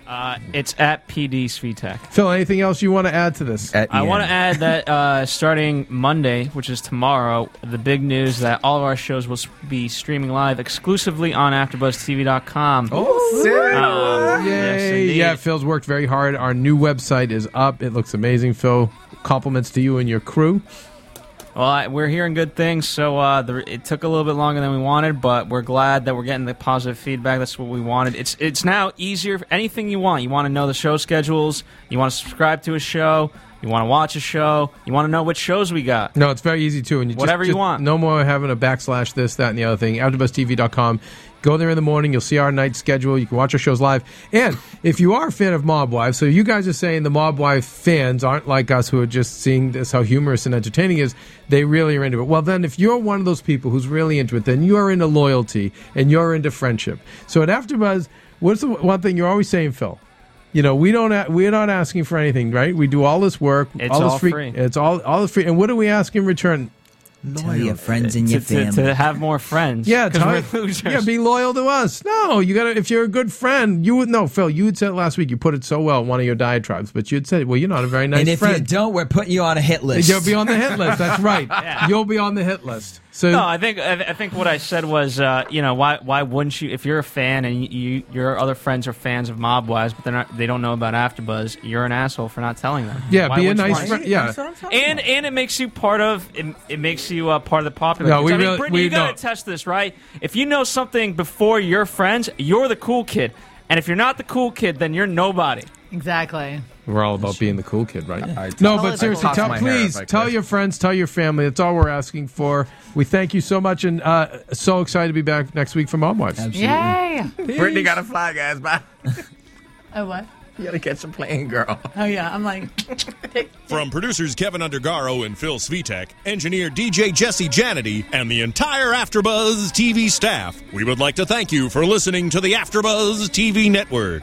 Speaker 8: Uh, it's at PD Svitek.
Speaker 5: Phil, anything else you want to add to this?
Speaker 6: At
Speaker 8: I
Speaker 6: the
Speaker 8: want to
Speaker 6: end.
Speaker 8: add that uh, starting Monday, which is tomorrow, the big news that all of our shows will s- be streaming live exclusively on AfterBuzzTV.com.
Speaker 6: Oh, sick.
Speaker 8: Um, yes,
Speaker 5: Yay.
Speaker 8: indeed.
Speaker 5: yeah, Phil's worked very hard. Our new website is up. It looks amazing, Phil. Compliments to you and your crew.
Speaker 8: Well, I, we're hearing good things, so uh, the, it took a little bit longer than we wanted, but we're glad that we're getting the positive feedback. That's what we wanted. It's it's now easier. For anything you want, you want to know the show schedules, you want to subscribe to a show, you want to watch a show, you want to know what shows we got.
Speaker 5: No, it's very easy too. And you just-
Speaker 8: Whatever you
Speaker 5: just
Speaker 8: want.
Speaker 5: No more having a backslash this, that, and the other thing. AfterBuzzTV.com. Go there in the morning. You'll see our night schedule. You can watch our shows live. And if you are a fan of Mob Wife, so you guys are saying the Mob Wife fans aren't like us who are just seeing this how humorous and entertaining is. They really are into it. Well, then if you're one of those people who's really into it, then you are into loyalty and you're into friendship. So at AfterBuzz, what's the one thing you're always saying, Phil? You know, we don't. a- We're not asking for anything, right? We do all this work. this
Speaker 8: It's all
Speaker 5: free-
Speaker 8: free.
Speaker 5: It's all all this free. And what do we ask in return?
Speaker 10: Tell your friends and
Speaker 8: To,
Speaker 10: your
Speaker 8: to,
Speaker 10: family.
Speaker 8: to have more friends.
Speaker 5: Yeah, Ty-
Speaker 8: because we're losers.
Speaker 5: yeah, be loyal to us. No, you gotta. If you're a good friend, you would no, Phil. You had said last week. You put it so well. in One of your diatribes, but you'd said, "Well, you're not a very nice
Speaker 10: and if you
Speaker 5: friend.
Speaker 10: don't, we're putting you on a hit list.
Speaker 5: will be on the hit list. That's right. You'll be on the hit list. So
Speaker 8: No, I think I, th- I think what I said was, uh, you know, why why wouldn't you? If you're a fan and you your other friends are fans of Mobwise, but they're not, they don't know about AfterBuzz, you're an asshole for not telling them.
Speaker 5: yeah,
Speaker 8: Why
Speaker 5: be a
Speaker 8: wouldn't you
Speaker 5: nice
Speaker 8: want-
Speaker 5: friend. Yeah,
Speaker 8: And and it makes you part of it, it makes you uh, part of the popular.
Speaker 5: No,
Speaker 8: kids.
Speaker 5: we
Speaker 8: I mean,
Speaker 5: really-
Speaker 8: Brittany,
Speaker 5: we
Speaker 8: you gotta
Speaker 5: don't.
Speaker 8: test this, right? If you know something before your friends, you're the cool kid. And if you're not the cool kid, then you're nobody.
Speaker 4: Exactly.
Speaker 5: we're all about being the cool kid, right?
Speaker 6: I-
Speaker 5: no,
Speaker 4: Tell
Speaker 5: but
Speaker 4: us
Speaker 5: seriously,
Speaker 4: about
Speaker 5: tell,
Speaker 6: it.
Speaker 5: please
Speaker 6: Toss my hair if I
Speaker 5: tell
Speaker 6: could.
Speaker 5: your friends, tell your family. That's all we're asking for. We thank you so much, and uh, so excited to be back next week for Mom Wives.
Speaker 4: Yay.
Speaker 6: Brittany got to fly, guys. Bye.
Speaker 4: Oh, what?
Speaker 6: You got to catch a plane, girl.
Speaker 4: Oh, yeah. I'm like,
Speaker 1: From producers Kevin Undergaro and Phil Svitek, engineer DJ Jesse Janity, and the entire AfterBuzz TV staff, we would like to thank you for listening to the AfterBuzz TV network.